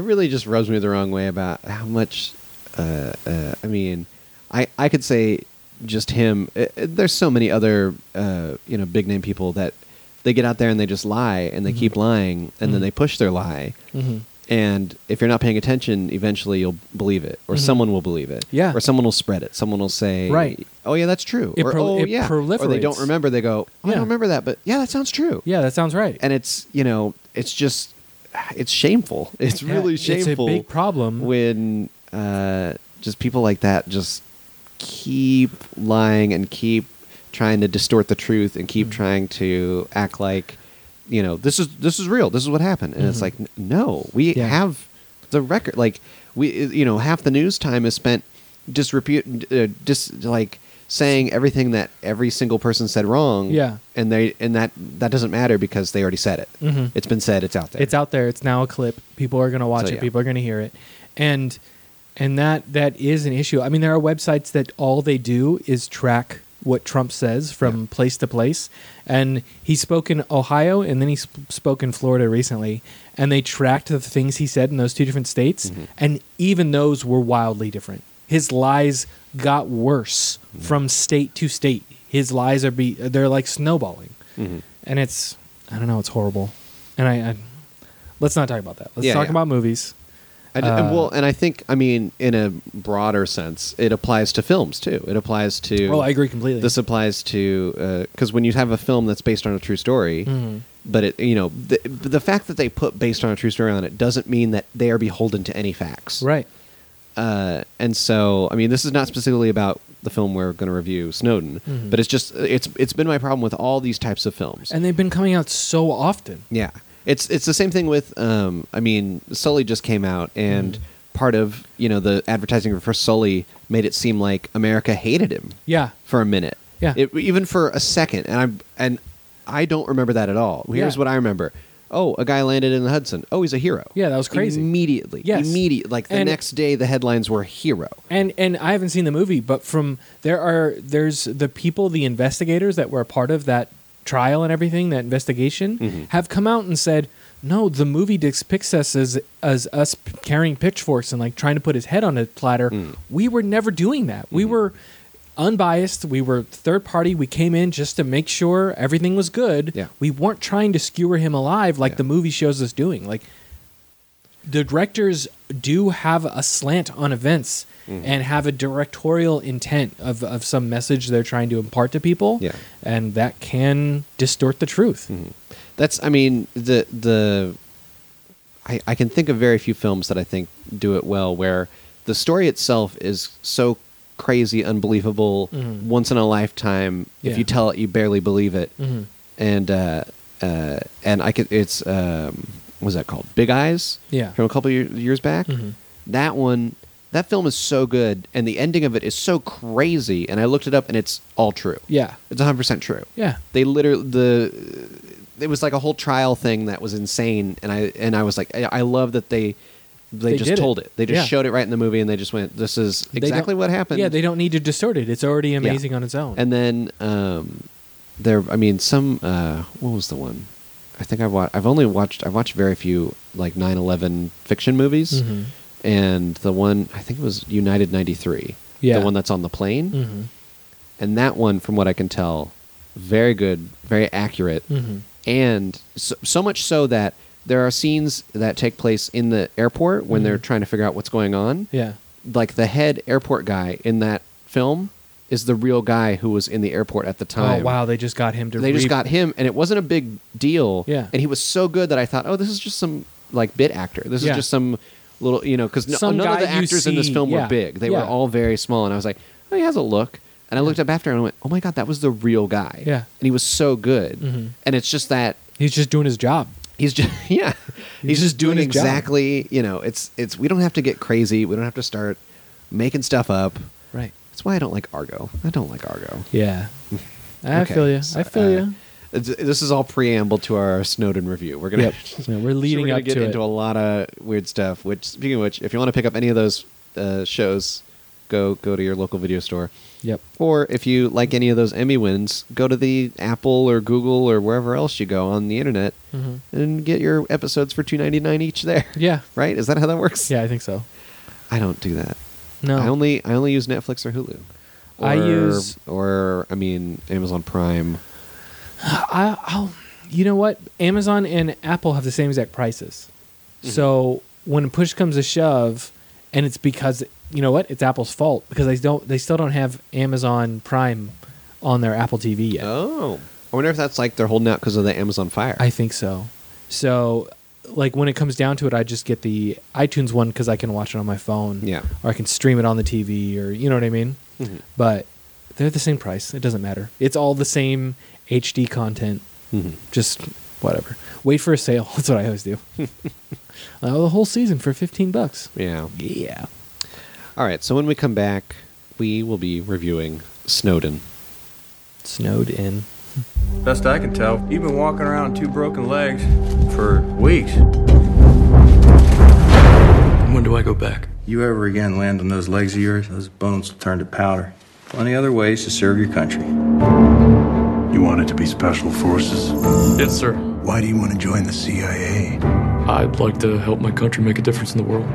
S3: really just rubs me the wrong way about how much. Uh, uh, I mean, I I could say just him. Uh, uh, there's so many other uh, you know big name people that they get out there and they just lie and they
S1: Mhm.
S3: keep lying and then
S1: Mhm.
S3: they push their lie.
S1: mm-hmm.
S3: and if you're not paying attention eventually you'll believe it or
S1: Mhm.
S3: someone will believe it
S1: Yeah.
S3: or someone will spread it someone will say
S1: Right.
S3: oh yeah that's true
S1: It
S3: or
S1: pro-
S3: oh
S1: it
S3: yeah or they don't
S1: proliferates.
S3: remember they go oh, i
S1: Yeah.
S3: don't remember that but yeah that sounds true
S1: yeah, that sounds right.
S3: and it's you know it's just it's shameful it's
S1: Yeah,
S3: really
S1: a
S3: shameful
S1: big problem.
S3: when uh, just people like that just keep
S1: Mm.
S3: lying and keep trying to distort the truth and keep trying to act like you know this is this is real this is what happened and it's
S1: Mhm.
S3: like n- no we
S1: Yeah.
S3: have the record like we you know half the news time is spent disrepute uh, dis, like saying everything that every single person said wrong
S1: Yeah.
S3: and they and that that doesn't matter because they already said it
S1: Mhm.
S3: it's been said it's out there
S1: It's out there. It's now a clip. People are going to watch
S3: So,
S1: it.
S3: yeah.
S1: People are going to hear it, and and that that is an issue. I mean, there are websites that all they do is track what Trump says from place to place, and he spoke in Ohio and then he sp- spoke in Florida recently, and they tracked the things he said in those two different states,
S3: Mm-hmm.
S1: and even those were wildly different. His lies got worse
S3: Mm-hmm.
S1: from state to state. His lies are be they're like snowballing
S3: Mhm.
S1: and it's I don't know, it's horrible. And I, I let's not talk about that. Let's
S3: Yeah,
S1: talk
S3: yeah.
S1: about movies.
S3: I d-
S1: Uh,
S3: well, and I think I mean in a broader sense, it applies to films too. It applies to.
S1: Oh, I agree completely.
S3: This applies to because when you have a film that's based on a true story,
S1: Mhm.
S3: but it you know the, but the fact that they put based on a true story on it doesn't mean that they are beholden to any facts,
S1: right.
S3: Uh, and so I mean this is not specifically about the film we're going to review, Snowden,
S1: Mhm.
S3: but it's just it's it's been my problem with all these types of films.
S1: And they've been coming out so often.
S3: Yeah, it's it's the same thing with. Um, I mean, Sully just came out, and
S1: Mm.
S3: part of you know the advertising for Sully made it seem like America hated him
S1: Yeah.
S3: for a minute.
S1: Yeah.
S3: it, even for a second, and I'm and I don't remember that at all. Here's
S1: Yeah.
S3: what I remember. Oh, a guy landed in the Hudson. Oh, he's a hero.
S1: Yeah, that was crazy.
S3: Immediately,
S1: Yes.
S3: immediately. Like the
S1: And-
S3: next day, the headlines were hero.
S1: And and I haven't seen the movie, but from there are there's the people, the investigators that were a part of that trial and everything, that investigation,
S3: Mm-hmm.
S1: have come out and said, no, the movie depicts us as as us p- carrying pitchforks and like trying to put his head on a platter.
S3: Mm.
S1: We were never doing that. We
S3: Mm-hmm.
S1: were unbiased. We were third party. We came in just to make sure everything was good.
S3: Yeah.
S1: We weren't trying to skewer him alive like
S3: Yeah.
S1: the movie shows us doing. Like the directors do have a slant on events
S3: Mm-hmm.
S1: and have a directorial intent of, of some message they're trying to impart to people.
S3: Yeah. Mm-hmm.
S1: And that can distort the truth.
S3: That's I mean the the I, I can think of very few films that I think do it well where the story itself is so crazy, unbelievable,
S1: Mhm.
S3: once in a lifetime.
S1: Yeah.
S3: If you tell it, you barely believe it.
S1: Mhm.
S3: And uh, uh, and I could it's um, what was that called Big Eyes?
S1: Yeah.
S3: from a couple year, years back.
S1: Mhm.
S3: That one, that film is so good, and the ending of it is so crazy. And I looked it up, and it's all true.
S1: Yeah.
S3: It's 100% true
S1: Yeah.
S3: they literally the it was like a whole trial thing that was insane and i and i was like i, I love that they they,
S1: They
S3: just
S1: did it.
S3: told it. they just
S1: Yeah.
S3: showed it right in the movie and they just went this is
S1: They don't-
S3: exactly what happened
S1: Yeah. They don't need to distort it. It's already amazing on its own.
S3: and then um there i mean some uh what was the one i think i've watched i've only watched i've watched very few like 9-11 fiction movies
S1: Mhm.
S3: and the one i think it was united 93
S1: Yeah.
S3: the one that's on the plane
S1: Mhm.
S3: and that one from what i can tell very good very accurate
S1: Mhm.
S3: and so, so much so that there are scenes that take place in the airport when
S1: Mm-hmm.
S3: they're trying to figure out what's going on
S1: Yeah.
S3: like the head airport guy in that film is the real guy who was in the airport at the time
S1: Oh, wow. They just got him to
S3: they just
S1: re-
S3: got him and it wasn't a big deal
S1: Yeah.
S3: and he was so good that i thought oh this is just some like bit actor this
S1: Yeah.
S3: is just some little you know because
S1: Some
S3: none of
S1: guy
S3: the
S1: you
S3: actors in this
S1: see,
S3: film
S1: yeah,
S3: were big they
S1: yeah.
S3: were all very small and i was like oh he has a look and i looked up after and i went oh my god that was the real guy
S1: Yeah.
S3: and he was so good
S1: Mhm.
S3: and it's just that
S1: He's just doing his job.
S3: He's just yeah.
S1: He's
S3: He's, just,
S1: just
S3: doing,
S1: doing his job.
S3: exactly, you know, it's it's we don't have to get crazy. We don't have to start making stuff up.
S1: Right.
S3: That's why I don't like Argo. I don't like Argo.
S1: Yeah. I
S3: Okay,
S1: feel you.
S3: so,
S1: I feel
S3: uh,
S1: you.
S3: it's- This is all preamble to our Snowden review. We're gonna
S1: Yep. Yeah, we're leading
S3: we're gonna
S1: up
S3: get
S1: to
S3: into
S1: it.
S3: a lot of weird stuff. Which speaking of which, if you want to pick up any of those uh, shows, go go to your local video store.
S1: Yep.
S3: Or if you like any of those Emmy wins, go to the Apple or Google or wherever else you go on the internet
S1: Mhm.
S3: and get your episodes for two ninety nine each there.
S1: Yeah.
S3: Right? Is that how that works?
S1: Yeah. I think so.
S3: I don't do that.
S1: No.
S3: I only I only use Netflix or Hulu.
S1: I
S3: Or-
S1: use-
S3: or I mean Amazon Prime.
S1: I, I'll, you know what? Amazon and Apple have the same exact prices. So when push comes to shove, and it's because you know what? It's Apple's fault because they don't. They still don't have Amazon Prime on their Apple TV yet.
S3: Oh. I wonder if that's like they're holding out because of the Amazon Fire.
S1: I think so. So, like when it comes down to it, I just get the iTunes one because I can watch it on my phone.
S3: Yeah.
S1: Or I can stream it on the TV, or you know what I mean.
S3: Mhm.
S1: But they're the same price. It doesn't matter. It's all the same HD content.
S3: Mhm.
S1: Just whatever. Wait for a sale. That's what I always do. uh, the whole season for 15 bucks.
S3: Yeah.
S1: Yeah.
S3: All right. So when we come back, we will be reviewing Snowden.
S1: Snowed in.
S4: Best I can tell, you've been walking around with two broken legs for weeks. When do I go back?
S5: You ever again land on those legs of yours, those bones will turn to powder. Plenty other ways to serve your country.
S6: You wanted to be special forces.
S4: Yes, sir.
S6: Why do you want to join the CIA?
S4: I'd like to help my country make a difference in the world.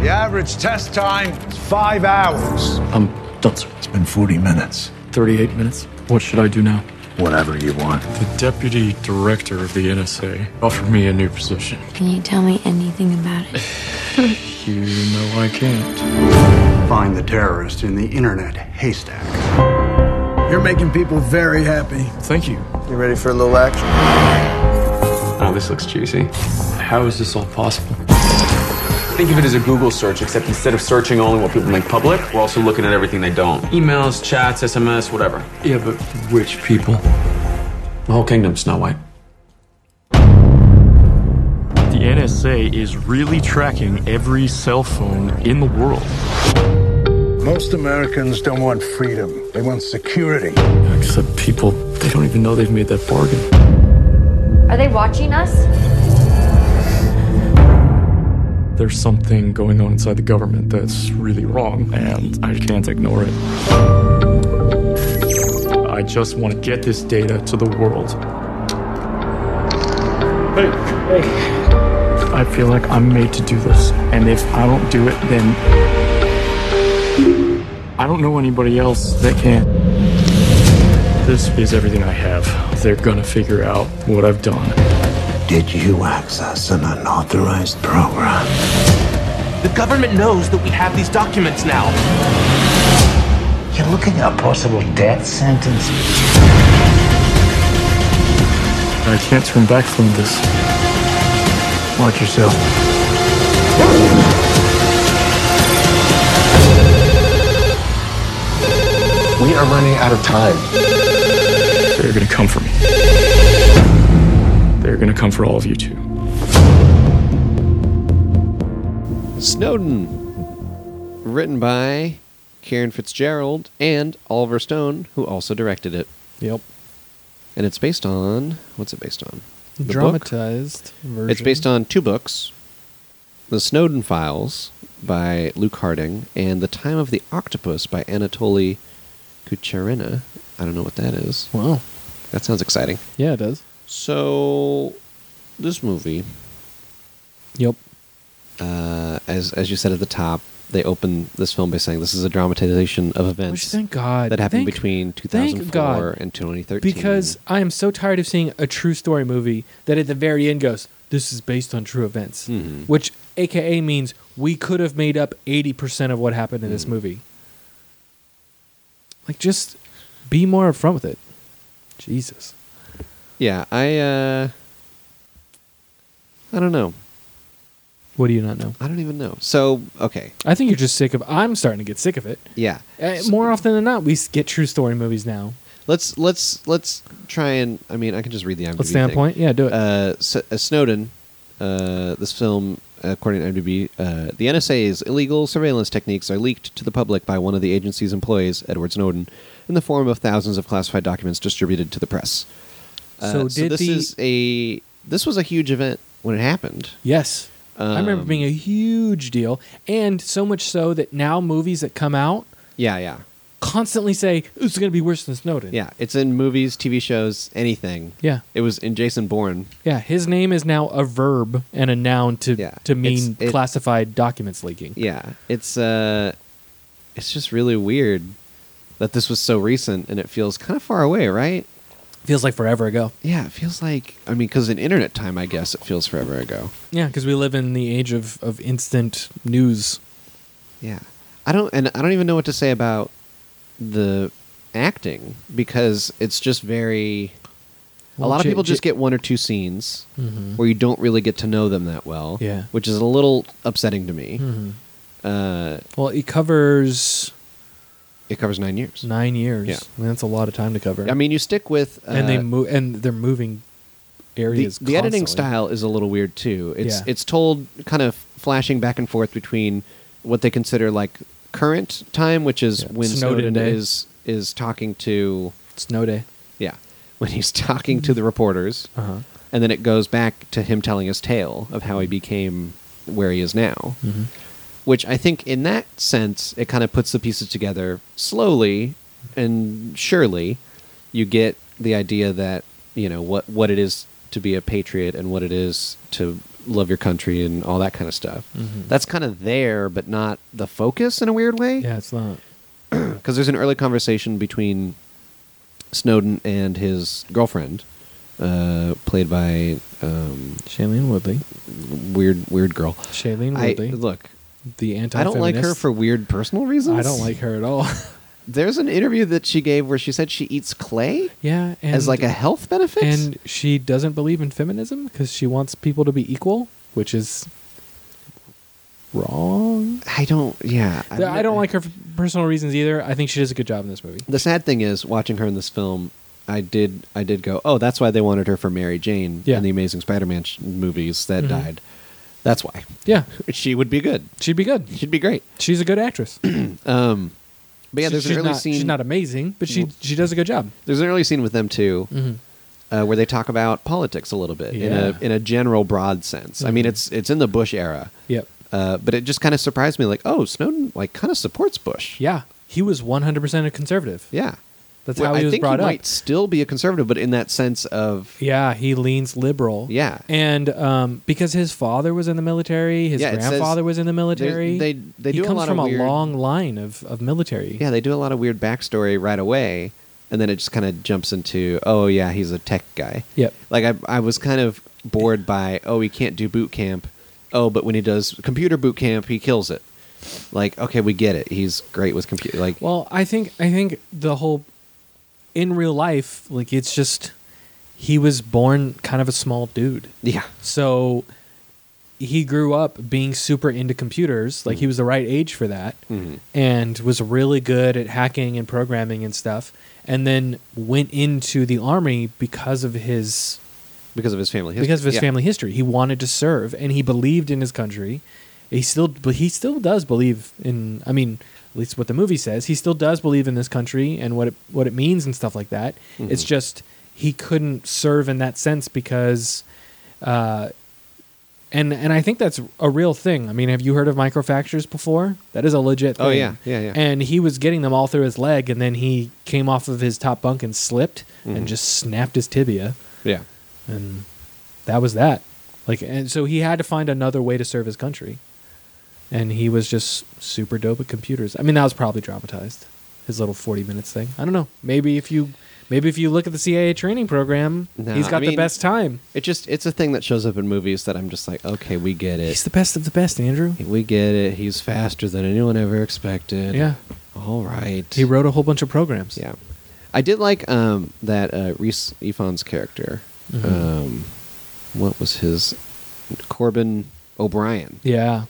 S6: The average test time is five hours.
S4: I'm done, sir.
S6: It's been 40 minutes.
S4: 38 minutes. What should I do now?
S6: Whatever you want.
S4: The deputy director of the NSA offered me a new position.
S7: Can you tell me anything about it?
S4: You know I can't.
S8: Find the terrorist in the internet haystack.
S6: You're making people very happy.
S4: Thank you.
S8: You ready for a little action?
S9: Oh, this looks juicy.
S4: How is this all possible?
S9: Think of it as a Google search, except instead of searching only what people make public, we're also looking at everything they don't. Emails, chats, SMS, whatever.
S4: Yeah, but which people? The whole kingdom's Snow White. The NSA is really tracking every cell phone in the world.
S6: Most Americans don't want freedom, they want security.
S4: Except people, they don't even know they've made that bargain.
S10: Are they watching us?
S4: There's something going on inside the government that's really wrong, and I can't ignore it. I just want to get this data to the world. Hey, hey. I feel like I'm made to do this, and if I don't do it, then I don't know anybody else that can. This is everything I have. They're gonna figure out what I've done.
S6: Did you access an unauthorized program?
S11: The government knows that we have these documents now.
S12: You're looking at a possible death sentence.
S4: I can't turn back from this.
S8: Watch yourself.
S12: We are running out of time.
S4: They're gonna come for me. They're gonna come for all of you too.
S3: Snowden, written by Karen Fitzgerald and Oliver Stone, who also directed it.
S1: Yep.
S3: And it's based on what's it based on? The book?
S1: Dramatized version.
S3: It's based on two books The Snowden Files by Luke Harding and The Time of the Octopus by Anatoly Kucherina. I don't know what that is.
S1: Wow.
S3: That sounds exciting.
S1: Yeah, it does.
S3: So, this movie,
S1: Yep.
S3: uh, as, as you said at the top, they open this film by saying this is a dramatization of events
S1: Which thank God
S3: that happened
S1: Thank-
S3: between
S1: thank
S3: 2004
S1: God.
S3: and 2013.
S1: because I am so tired of seeing a true story movie that at the very end goes, "This is based on true events,"
S3: Mhm.
S1: which AKA means we could have made up eighty percent of what happened in
S3: Mm-hmm.
S1: this movie. Like, just be more upfront with it. Jesus.
S3: yeah, I uh, I don't know.
S1: What do you not know?
S3: I don't even know. So okay,
S1: I think you're just sick of. I'm starting to get sick of it.
S3: yeah.
S1: Uh,
S3: So-
S1: more often than not, we s- get true story movies now.
S3: Let's let's let's try and I mean I can just read the IMDb.
S1: Let's stay on
S3: thing.
S1: point. Yeah, do it.
S3: Uh, S- uh, Snowden, uh, this film, according to IMDb, uh, the NSA's illegal surveillance techniques are leaked to the public by one of the agency's employees, Edward Snowden, in the form of thousands of classified documents distributed to the press. Uh,
S1: So did
S3: this
S1: the-
S3: is a this was a huge event when it happened.
S1: Yes. I remember
S3: Um,
S1: being a huge deal. And so much so that now movies that come out
S3: Yeah, yeah,
S1: constantly say, it's going to be worse than Snowden.
S3: yeah. It's in movies, TV shows, anything.
S1: Yeah.
S3: It was in Jason Bourne.
S1: Yeah. His name is now a verb and a noun to,
S3: Yeah.
S1: to mean
S3: It's- it-
S1: classified documents leaking.
S3: Yeah, it's uh, it's just really weird that this was so recent and it feels kind of far away, right?
S1: Feels like forever ago.
S3: Yeah, it feels like I mean, because in internet time, I guess it feels forever ago.
S1: Yeah, because we live in the age of, of instant news.
S3: Yeah, I don't, and I don't even know what to say about the acting because it's just very.
S1: Well,
S3: a lot of
S1: J-
S3: people just
S1: J-
S3: get one or two scenes
S1: Mhm.
S3: where you don't really get to know them that well.
S1: Yeah.
S3: which is a little upsetting to me. Uh,
S1: Well, it covers
S3: it covers nine years.
S1: nine years.
S3: Yeah.
S1: I mean, that's a lot of time to cover.
S3: I mean, you stick with. Uh,
S1: and they move, and they're moving areas.
S3: The, the editing
S1: constantly.
S3: style is a little weird too. It's
S1: Yeah.
S3: it's told kind of flashing back and forth between what they consider like current time, which is when
S1: Snowden
S3: Snowden,
S1: Day.
S3: is is talking to
S1: Snow Day.
S3: Yeah, when he's talking to the reporters,
S1: Uh-huh.
S3: and then it goes back to him telling his tale of how he became where he is now.
S1: Mhm.
S3: Which I think, in that sense, it kind of puts the pieces together slowly and surely. You get the idea that you know what what it is to be a patriot and what it is to love your country and all that kind of stuff.
S1: Mhm.
S3: That's kind of there, but not the focus in a weird way
S1: Yeah, it's not.
S3: because there's an early conversation between Snowden and his girlfriend, uh, played by um,
S1: Shailene Woodley.
S3: Weird, weird girl.
S1: Shailene
S3: I-
S1: Woodley.
S3: look,
S1: the anti.
S3: I don't like her for weird personal reasons.
S1: I don't like her at all.
S3: There's an interview that she gave where she said she eats clay
S1: yeah, and,
S3: as like a health benefit.
S1: and she doesn't believe in feminism because she wants people to be equal, which is wrong.
S3: I don't. Yeah,
S1: I don't, like her for personal reasons either. I think she does a good job in this movie.
S3: The sad thing is, watching her in this film, I did I did go, oh, that's why they wanted her for Mary Jane
S1: Yeah.
S3: in the Amazing Spider-Man sh- movies that
S1: Mhm.
S3: died. That's why
S1: Yeah,
S3: she would be good.
S1: she'd be good.
S3: She'd be great.
S1: She's a good actress.
S3: Um, but yeah,
S1: She-
S3: there's
S1: she's
S3: an early
S1: not,
S3: scene. Mm-hmm.
S1: She's not amazing, but she
S3: Well-
S1: she does a good job.
S3: there's an early scene with them too,
S1: Mhm.
S3: uh, where they talk about politics a little bit in
S1: Yeah.
S3: a in a general broad sense. I mean,
S1: Mhm.
S3: it's it's in the Bush era,
S1: Yep.
S3: uh, but it just kind of surprised me. Like, oh, Snowden like kind of supports Bush.
S1: Yeah, he was one hundred percent a conservative.
S3: Yeah,
S1: That's
S3: Well,
S1: how he
S3: I
S1: was
S3: think
S1: brought
S3: he
S1: up.
S3: Might still be a conservative, but in that sense of
S1: Yeah, he leans liberal.
S3: Yeah.
S1: and um, because his father was in the military, his
S3: Yeah, it says-
S1: grandfather was in the military.
S3: they- they
S1: he
S3: do a
S1: comes
S3: lot of
S1: from a
S3: weird-
S1: long line of, of military.
S3: yeah, they do a lot of weird backstory right away, and then it just kind of jumps into oh yeah, he's a tech guy.
S1: Yep.
S3: Like I, I was kind of bored by oh he can't do boot camp. Oh, but when he does computer boot camp, he kills it. Like okay, we get it. He's great with computer. Like
S1: Well, I think I think the whole in real life, like it's just he was born kind of a small dude.
S3: yeah,
S1: So he grew up being super into computers, like he was the right age for that,
S3: Mhm.
S1: and was really good at hacking and programming and stuff. And then went into the army because of his
S3: because of his family. history.
S1: because of his
S3: Yeah.
S1: family history. He wanted to serve, and he believed in his country. He still, but he still does believe in. I mean, at least what the movie says, he still does believe in this country and what it what it means and stuff like that. It's
S3: Mhm.
S1: just he couldn't serve in that sense because, uh, and and I think that's a real thing. I mean, have you heard of microfractures before? That is a legit. thing.
S3: Oh, yeah. Yeah, yeah.
S1: And he was getting them all through his leg, and then he came off of his top bunk and slipped
S3: Mhm.
S1: and just snapped his tibia
S3: Yeah,
S1: and that was that. Like, and so he had to find another way to serve his country, and he was just super dope at computers. I mean, that was probably dramatized, his little forty minutes thing. I don't know. Maybe if you, maybe if you look at the CIA training program,
S3: No,
S1: he's
S3: I
S1: got the
S3: mean-
S1: best time.
S3: it just it's a thing that shows up in movies that I'm just like okay, we get it.
S1: He's the best of the best, Andrew.
S3: we get it. He's faster than anyone ever expected.
S1: Yeah.
S3: All right.
S1: He wrote a whole bunch of programs.
S3: Yeah, I did like um, that uh, Reese Ifan's character.
S1: Mhm.
S3: Um, what was his Corbin O'Brien?
S1: Yeah.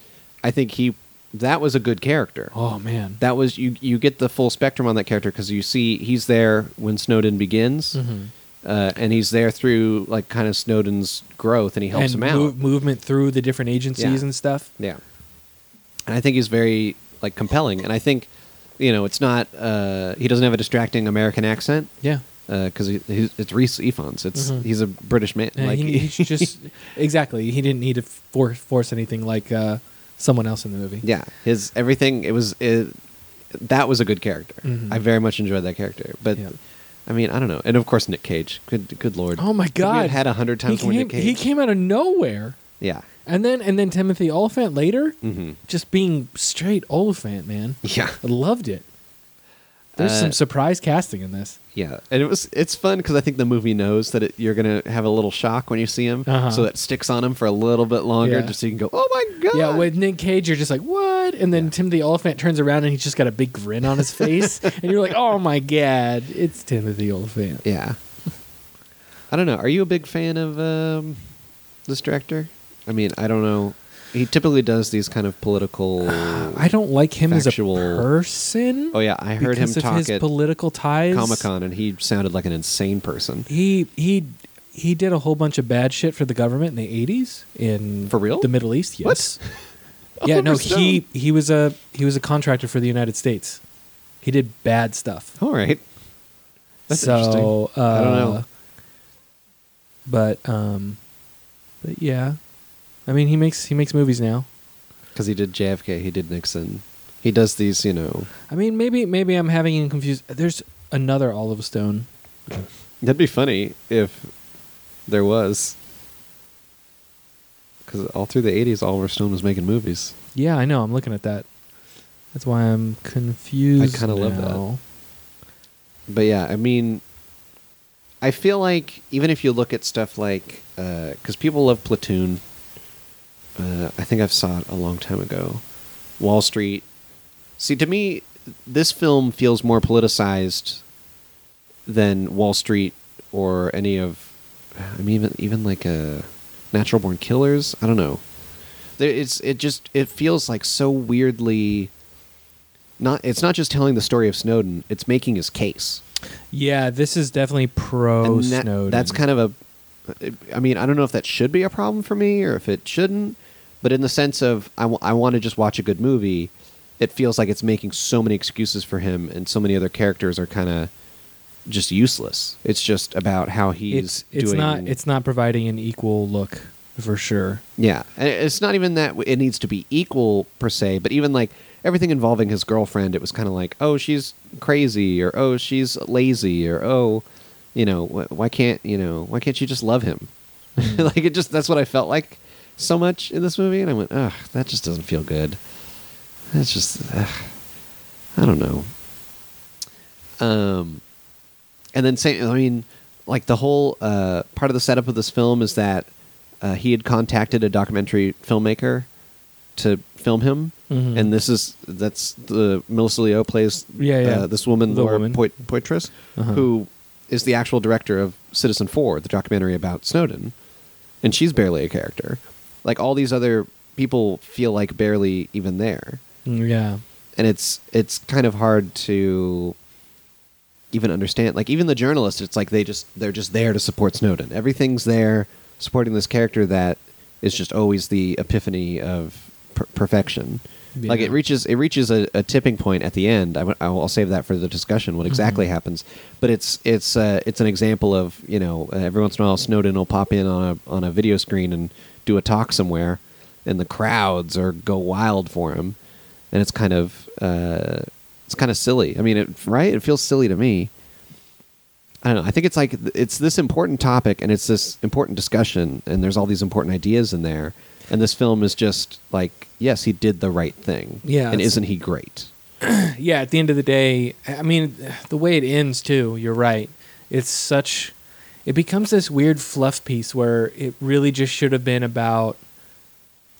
S3: I think he that was a good character.
S1: Oh man.
S3: That was you. You get the full spectrum on that character because you see he's there when Snowden begins,
S1: Mhm.
S3: uh, and he's there through like kind of Snowden's growth, and he helps
S1: and
S3: him out.
S1: mov- movement through the different agencies
S3: Yeah.
S1: and stuff.
S3: Yeah, and I think he's very like compelling, and I think you know it's not uh, he doesn't have a distracting American accent
S1: Yeah.
S3: because he, he's, it's Reese Ifans. It's
S1: Mhm.
S3: he's a British man.
S1: Yeah,
S3: like
S1: he, he just exactly. He didn't need to for, force anything like uh, someone else in the movie.
S3: yeah, his everything. It was it, that was a good character.
S1: Mhm.
S3: I very much enjoyed that character. But
S1: Yeah.
S3: I mean, I don't know. And of course, Nick Cage. Good good lord.
S1: Oh my
S3: If
S1: god!
S3: We had had a hundred times
S1: he
S3: more
S1: came,
S3: Nick Cage.
S1: He came out of nowhere,
S3: Yeah.
S1: and then and then Timothy Oliphant later,
S3: hmm
S1: just being straight Oliphant, man.
S3: Yeah.
S1: I loved it. There's
S3: Uh,
S1: some surprise casting in this.
S3: Yeah, and it was it's fun because I think the movie knows that it, you're gonna have a little shock when you see him,
S1: Uh-huh.
S3: so that sticks on him for a little bit longer,
S1: Yeah.
S3: just so you can go, "Oh my god!"
S1: Yeah, with Nick Cage, you're just like, what? And then Timothy Oliphant turns around and he's just got a big grin on his face, and you're like, oh my god, it's Timothy Oliphant.
S3: yeah. I don't know. Are you a big fan of um, this director? I mean, I don't know. He typically does these kind of political.
S1: I don't like him
S3: Factual-
S1: as a person.
S3: Oh, yeah, I heard him
S1: because of
S3: talk
S1: his
S3: at
S1: political ties.
S3: Comic Con, and he sounded like an insane person.
S1: He he he did a whole bunch of bad shit for the government in the 80s in
S3: for real
S1: the Middle East. Yes. yeah, no, he he was a he was a contractor for the United States. He did bad stuff.
S3: All right. Oh, That's
S1: so,
S3: interesting.
S1: Uh,
S3: I don't know.
S1: But um but yeah. I mean, he makes he makes movies now.
S3: Because he did JFK, he did Nixon. He does these, you know.
S1: I mean, maybe maybe I'm having him confused. There's another Olive Stone.
S3: That'd be funny if there was. Because all through the 80s, Oliver Stone was making movies.
S1: Yeah, I know. I'm looking at that. That's why I'm confused.
S3: I kind of love
S1: now.
S3: that. But yeah, I mean, I feel like even if you look at stuff like, because people love Platoon, uh, I think I've saw it a long time ago. Wall Street. See, to me, this film feels more politicized than Wall Street or any of. I mean, even even like a Natural Born Killers. I don't know. There, it's it just it feels like so weirdly. Not it's not just telling the story of Snowden. It's making his case.
S1: Yeah, this is definitely pro
S3: And that-
S1: Oh, Snowden.
S3: That's kind of a. I mean, I don't know if that should be a problem for me or if it shouldn't, but in the sense of I want to just watch a good movie, it feels like it's making so many excuses for him, and so many other characters are kind of just useless. It's just about how he's
S1: it's, it's
S3: doing.
S1: not it's not providing an equal look for sure.
S3: Yeah, and it's not even that it needs to be equal per se, but even like everything involving his girlfriend, it was kind of like, oh, she's crazy, or oh, she's lazy, or oh, you know, wh- why can't you know, why can't you just love him? like it just that's what I felt like so much in this movie, and I went, ugh, that just doesn't feel good. That's just, ugh, I don't know. Um, and then same. I mean, like the whole uh, part of the setup of this film is that uh, he had contacted a documentary filmmaker to film him,
S1: Mhm.
S3: and this is that's the Melissa Leo plays
S1: Yeah, yeah.
S3: Uh, this woman
S1: The
S3: Laura
S1: woman.
S3: Poit- Poitras,
S1: Uh-huh.
S3: who is the actual director of Citizen Four, the documentary about Snowden, and she's barely a character. Like all these other people feel like barely even there
S1: Mm, Yeah.
S3: and it's it's kind of hard to even understand like even the journalists it's like they just they're just there to support snowden everything's there supporting this character that is just always the epiphany of per- perfection like
S1: Yeah.
S3: it reaches it reaches a, a tipping point at the end I w- i'll save that for the discussion what exactly happens but it's it's uh, it's an example of you know uh, every once in a while snowden will pop in on a, on a video screen and do a talk somewhere and the crowds are go wild for him and it's kind of uh, it's kind of silly. I mean, it, right? It feels silly to me. I don't know. I think it's like it's this important topic and it's this important discussion, and there's all these important ideas in there. And this film is just like, yes, he did the right thing.
S1: Yeah,
S3: and
S1: it's-
S3: isn't he great?
S1: yeah, at the end of the day, I mean, the way it ends too. You're right. It's such. It becomes this weird fluff piece where it really just should have been about,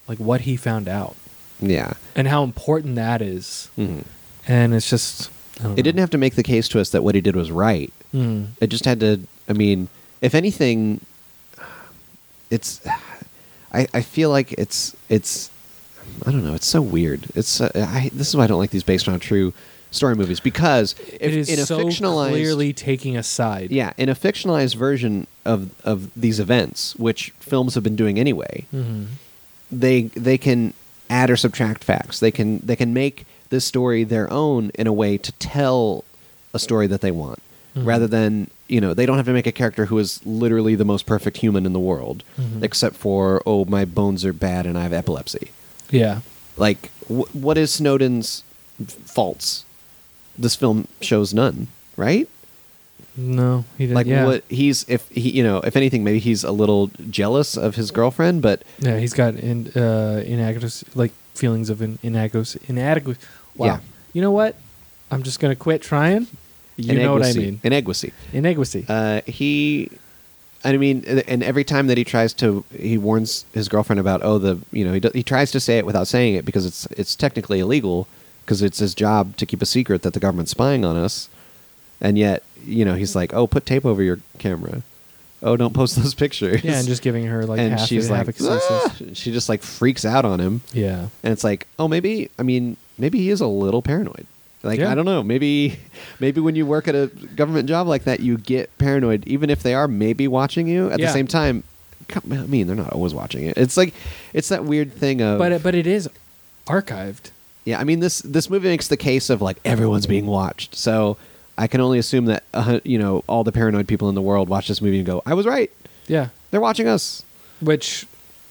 S1: like, what he found out
S3: Yeah.
S1: and how important that is.
S3: Mhm.
S1: And it's just. I don't
S3: It didn't have to make the case to us that what he did was right.
S1: Mm.
S3: It just had to. I mean, if anything, it's. I, I feel like it's it's. I don't know. It's so weird. It's uh, I, this is why I don't like these based on true story movies because if,
S1: it is
S3: in a
S1: so
S3: fictionalized
S1: clearly taking a side.
S3: yeah in a fictionalized version of of these events which films have been doing anyway
S1: Mhm.
S3: they they can add or subtract facts. They can they can make this story their own in a way to tell a story that they want,
S1: Mhm.
S3: rather than you know they don't have to make a character who is literally the most perfect human in the world,
S1: Mhm.
S3: except for oh my bones are bad and I have epilepsy.
S1: Yeah.
S3: Like wh- what is Snowden's f- faults? This film shows none, right?
S1: No, he didn't.
S3: Like
S1: yeah.
S3: what he's if he you know if anything maybe he's a little jealous of his girlfriend, but
S1: Yeah, he's got in, uh, inadequacy, like feelings of in, inadequacy. Inadequacy. Wow.
S3: Yeah.
S1: You know what? I'm just gonna quit trying. You know what I
S3: inadequacy-
S1: mean?
S3: Inadequacy.
S1: Inadequacy.
S3: Uh, he, I mean, and every time that he tries to, he warns his girlfriend about, oh, the, you know, he, do, he tries to say it without saying it because it's it's technically illegal because it's his job to keep a secret that the government's spying on us, and yet, you know, he's like, oh, put tape over your camera, oh, don't post those pictures,
S1: yeah, and just giving her like
S3: and
S1: half
S3: she's
S1: half
S3: like,
S1: excuses.
S3: "Ah!" she just like freaks out on him,
S1: Yeah.
S3: and it's like, oh, maybe, I mean, maybe he is a little paranoid. Like
S1: Yeah.
S3: I don't know, maybe maybe when you work at a government job like that, you get paranoid, even if they are maybe watching you. At
S1: Yeah.
S3: the same time, come- I mean, they're not always watching it. It's like it's that weird thing of
S1: But it, but it is archived.
S3: yeah, I mean this this movie makes the case of like everyone's being watched. So I can only assume that uh, you know all the paranoid people in the world watch this movie and go, "I was right."
S1: Yeah,
S3: they're watching us.
S1: Which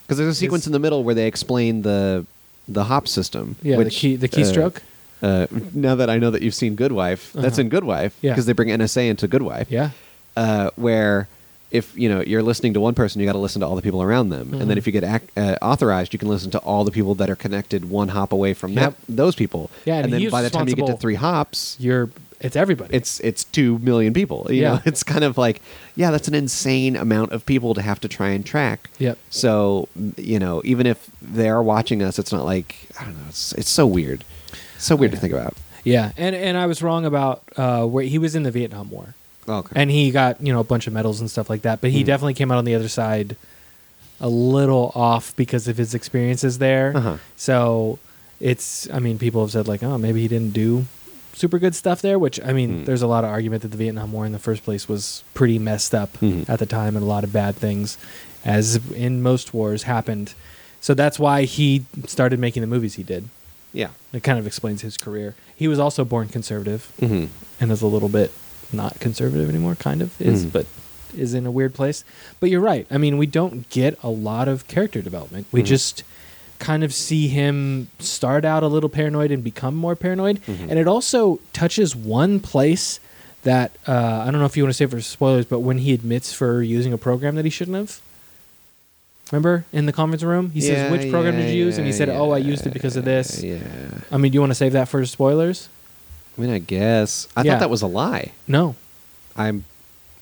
S3: because there's a sequence in the middle where they explain the the hop system.
S1: Yeah, the
S3: which,
S1: key- the keystroke?
S3: Uh, uh, now that I know that you've seen Good Wife, that's
S1: Uh-huh.
S3: in Good Wife
S1: Yeah.
S3: because they bring NSA into Good Wife.
S1: Yeah.
S3: uh, where if you know you're listening to one person, you got to listen to all the people around them, and then
S1: Mhm.
S3: if you get ac- uh, authorized, you can listen to all the people that are connected one hop away from
S1: Yep.
S3: that, those people.
S1: Yeah, and
S3: and, then
S1: he's
S3: by the time you get to
S1: responsible.
S3: three hops,
S1: you're it's everybody.
S3: It's it's two million people. You
S1: Yeah.
S3: know, it's kind of like yeah, that's an insane amount of people to have to try and track.
S1: Yep.
S3: So you know, even if they are watching us, it's not like I don't know. It's it's so weird, so weird to think about.
S1: Yeah, and and I was wrong about uh, where he was in the Vietnam War.
S3: Okay.
S1: And he got you know a bunch of medals and stuff like that, but he
S3: Mhm.
S1: definitely came out on the other side a little off because of his experiences there.
S3: Uh-huh.
S1: So it's I mean people have said like oh maybe he didn't do super good stuff there, which I mean
S3: Hmm.
S1: there's a lot of argument that the Vietnam War in the first place was pretty messed up
S3: Hmm.
S1: at the time and a lot of bad things as in most wars happened. So that's why he started making the movies he did.
S3: Yeah.
S1: It kind of explains his career. He was also born conservative
S3: Mhm.
S1: and is a little bit not conservative anymore, kind of is,
S3: Mhm.
S1: but is in a weird place. But you're right. I mean, we don't get a lot of character development. We
S3: Mm-hmm.
S2: Mhm.
S1: just kind of see him start out a little paranoid and become more paranoid.
S3: Mm-hmm.
S2: Mhm.
S1: And it also touches one place that uh, I don't know if you want to say for spoilers, but when he admits for using a program that he shouldn't have. Remember in the conference room, he
S3: Yeah,
S1: says, "Which program
S3: yeah,
S1: did you use?" And he
S3: yeah,
S1: said, "Oh, I used it because of this." Yeah. I mean, do you want to save that for spoilers?
S3: I mean, I guess I
S1: Yeah.
S3: thought that was a lie.
S1: No.
S3: I'm.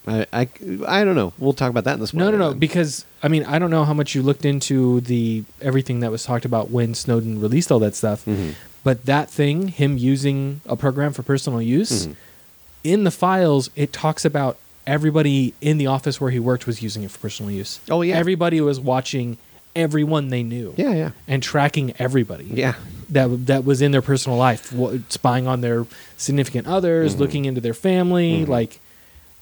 S3: I, I, I don't know. We'll talk about that in this.
S1: No, no, no. Because I mean, I don't know how much you looked into the everything that was talked about when Snowden released all that stuff,
S3: Mm-hmm.
S1: but that thing, him using a program for personal use,
S3: Mm-hmm.
S2: Mhm.
S1: in the files, it talks about everybody in the office where he worked was using it for personal use. Oh yeah, everybody was watching everyone they knew.
S3: Yeah, yeah,
S1: and tracking everybody.
S3: Yeah.
S1: That, that was in their personal life, wha- spying on their significant others,
S3: Mm-hmm.
S1: looking into their family. Like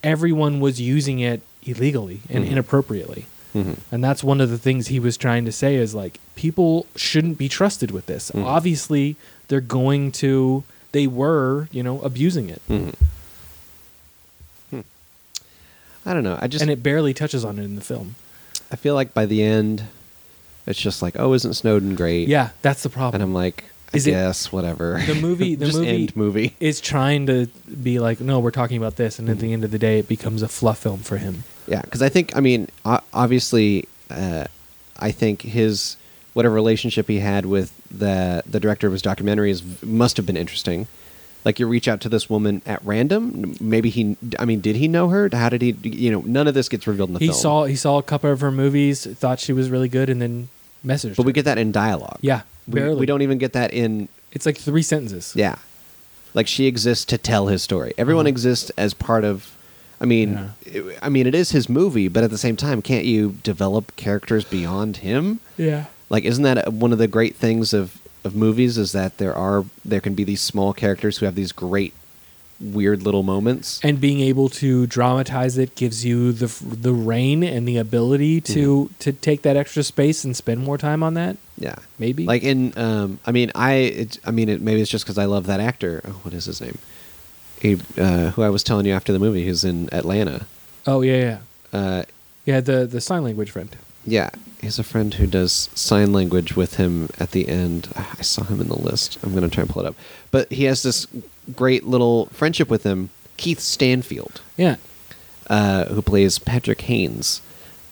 S1: everyone was using it illegally and
S3: Mm-hmm.
S2: Mhm.
S1: inappropriately.
S2: Mhm.
S1: And that's one of the things he was trying to say is like people shouldn't be trusted with this.
S3: Mm-hmm.
S2: Mhm.
S1: Obviously, they're going to they were, you know, abusing it.
S3: Mm-hmm. I don't know. I just
S1: and it barely touches on it in the film.
S3: I feel like by the end, it's just like, oh, isn't Snowden great?
S1: Yeah, that's the problem.
S3: And I'm like, I
S1: Is it-
S3: guess whatever.
S1: The movie the
S3: Just
S1: movie,
S3: end movie. Mm-hmm.
S1: is trying to be like, no, we're talking about this and at the end of the day it becomes a fluff film for him.
S3: Yeah, because I think I mean o- obviously, uh, I think his whatever relationship he had with the the director of his documentary is must have been interesting. Like you reach out to this woman at random. Maybe he, I mean, did he know her? How did he? You know, none of this gets revealed in the
S1: He
S3: film.
S1: saw he saw a couple of her movies, thought she was really good and then messaged
S3: but
S1: her.
S3: we get that in dialogue.
S1: Yeah,
S3: we,
S1: barely.
S3: we don't even get that in.
S1: It's like three sentences.
S3: Yeah, like she exists to tell his story. Everyone
S1: Uh-huh.
S3: exists as part of. I mean, it- I mean, it is his movie, but at the same time, can't you develop characters beyond him?
S1: Yeah.
S3: Like, isn't that uh, one of the great things of of movies is that there are there can be these small characters who have these great weird little moments.
S1: and being able to dramatize it gives you the f- the reign and the ability
S3: Mm-hmm.
S1: to to take that extra space and spend more time on that.
S3: Yeah,
S1: maybe.
S3: Like in, um, I mean, I, it, I mean, it, maybe it's just because I love that actor. Oh, what is his name? He, uh, who I was telling you after the movie, who's in Atlanta.
S1: Oh yeah, yeah,
S3: Uh,
S1: yeah. The the sign language friend.
S3: yeah, he's a friend who does sign language with him at the end. Ah, I saw him in the list. I'm gonna try and pull it up. But he has this great little friendship with him, Keith Stanfield.
S1: Yeah,
S3: uh, who plays Patrick Haynes.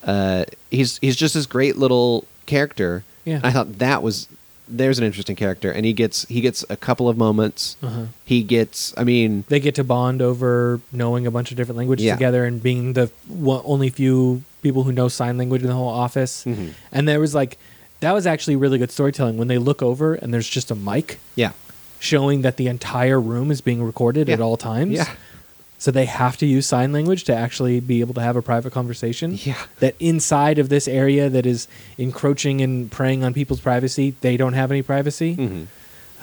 S3: Uh, he's he's just this great little character.
S1: Yeah.
S3: I thought that was there's an interesting character, and he gets he gets a couple of moments.
S1: Uh-huh.
S3: He gets, I mean,
S1: they get to bond over knowing a bunch of different languages
S3: Yeah.
S1: together and being the one, only few people who know sign language in the whole office.
S3: Mm-hmm.
S1: And there was like that was actually really good storytelling when they look over and there's just a mic
S3: yeah,
S1: showing that the entire room is being recorded at
S3: Yeah.
S1: all times.
S3: Yeah.
S1: So they have to use sign language to actually be able to have a private conversation. Yeah. That inside of this area that is
S3: Mm-hmm.
S1: encroaching and preying on people's privacy, they don't have any privacy.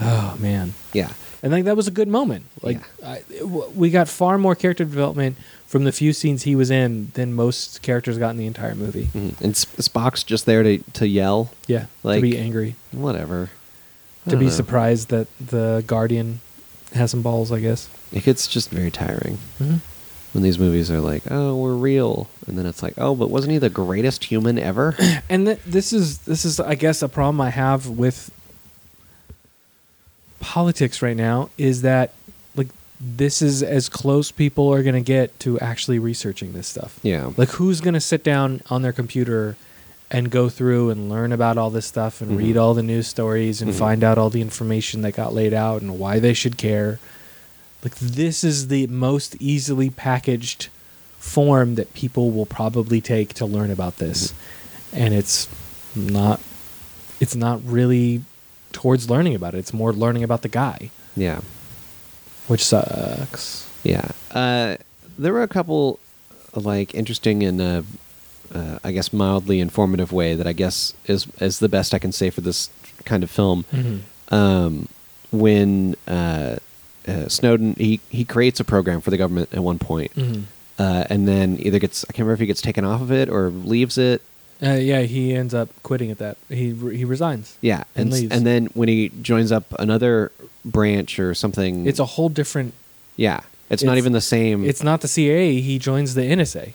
S1: Oh man.
S3: yeah.
S1: and like that was a good moment. Like I, it w- we got far more character development from the few scenes he was in than most characters got in the entire movie.
S3: Mhm. And Sp- Spock's just there to, to yell.
S1: Yeah, to
S3: like
S1: be angry.
S3: Whatever. I
S1: To
S3: don't
S1: be
S3: know.
S1: surprised that the Guardian has some balls, I guess.
S3: It gets just very tiring
S1: Mhm.
S3: when these movies are like, "Oh, we're real," and then it's like, "Oh, but wasn't he the greatest human ever?"
S1: and th- this is this is I guess a problem I have with politics right now is that like this is as close people are going to get to actually researching this stuff.
S3: Yeah.
S1: Like who's going to sit down on their computer and go through and learn about all this stuff and
S3: Mhm.
S1: read all the news stories and
S3: Mhm.
S1: find out all the information that got laid out and why they should care. Like this is the most easily packaged form that people will probably take to learn about this. And it's not it's not really towards learning about it. It's more learning about the guy,
S3: yeah,
S1: which sucks.
S3: yeah. Uh, there were a couple, like interesting and uh, uh, I guess mildly informative way that I guess is is the best I can say for this kind of film.
S1: Mhm.
S3: um, when uh, uh, Snowden he he creates a program for the government at one point,
S1: Mhm.
S3: uh, and then either gets I can't remember if he gets taken off of it or leaves it.
S1: Uh, yeah, he ends up quitting at that. He re- he resigns.
S3: Yeah,
S1: and,
S3: and s-
S1: leaves.
S3: and then when he joins up another branch or something,
S1: it's a whole different.
S3: yeah, it's, not
S1: it's-
S3: even the same.
S1: It's not the CIA. He joins the NSA.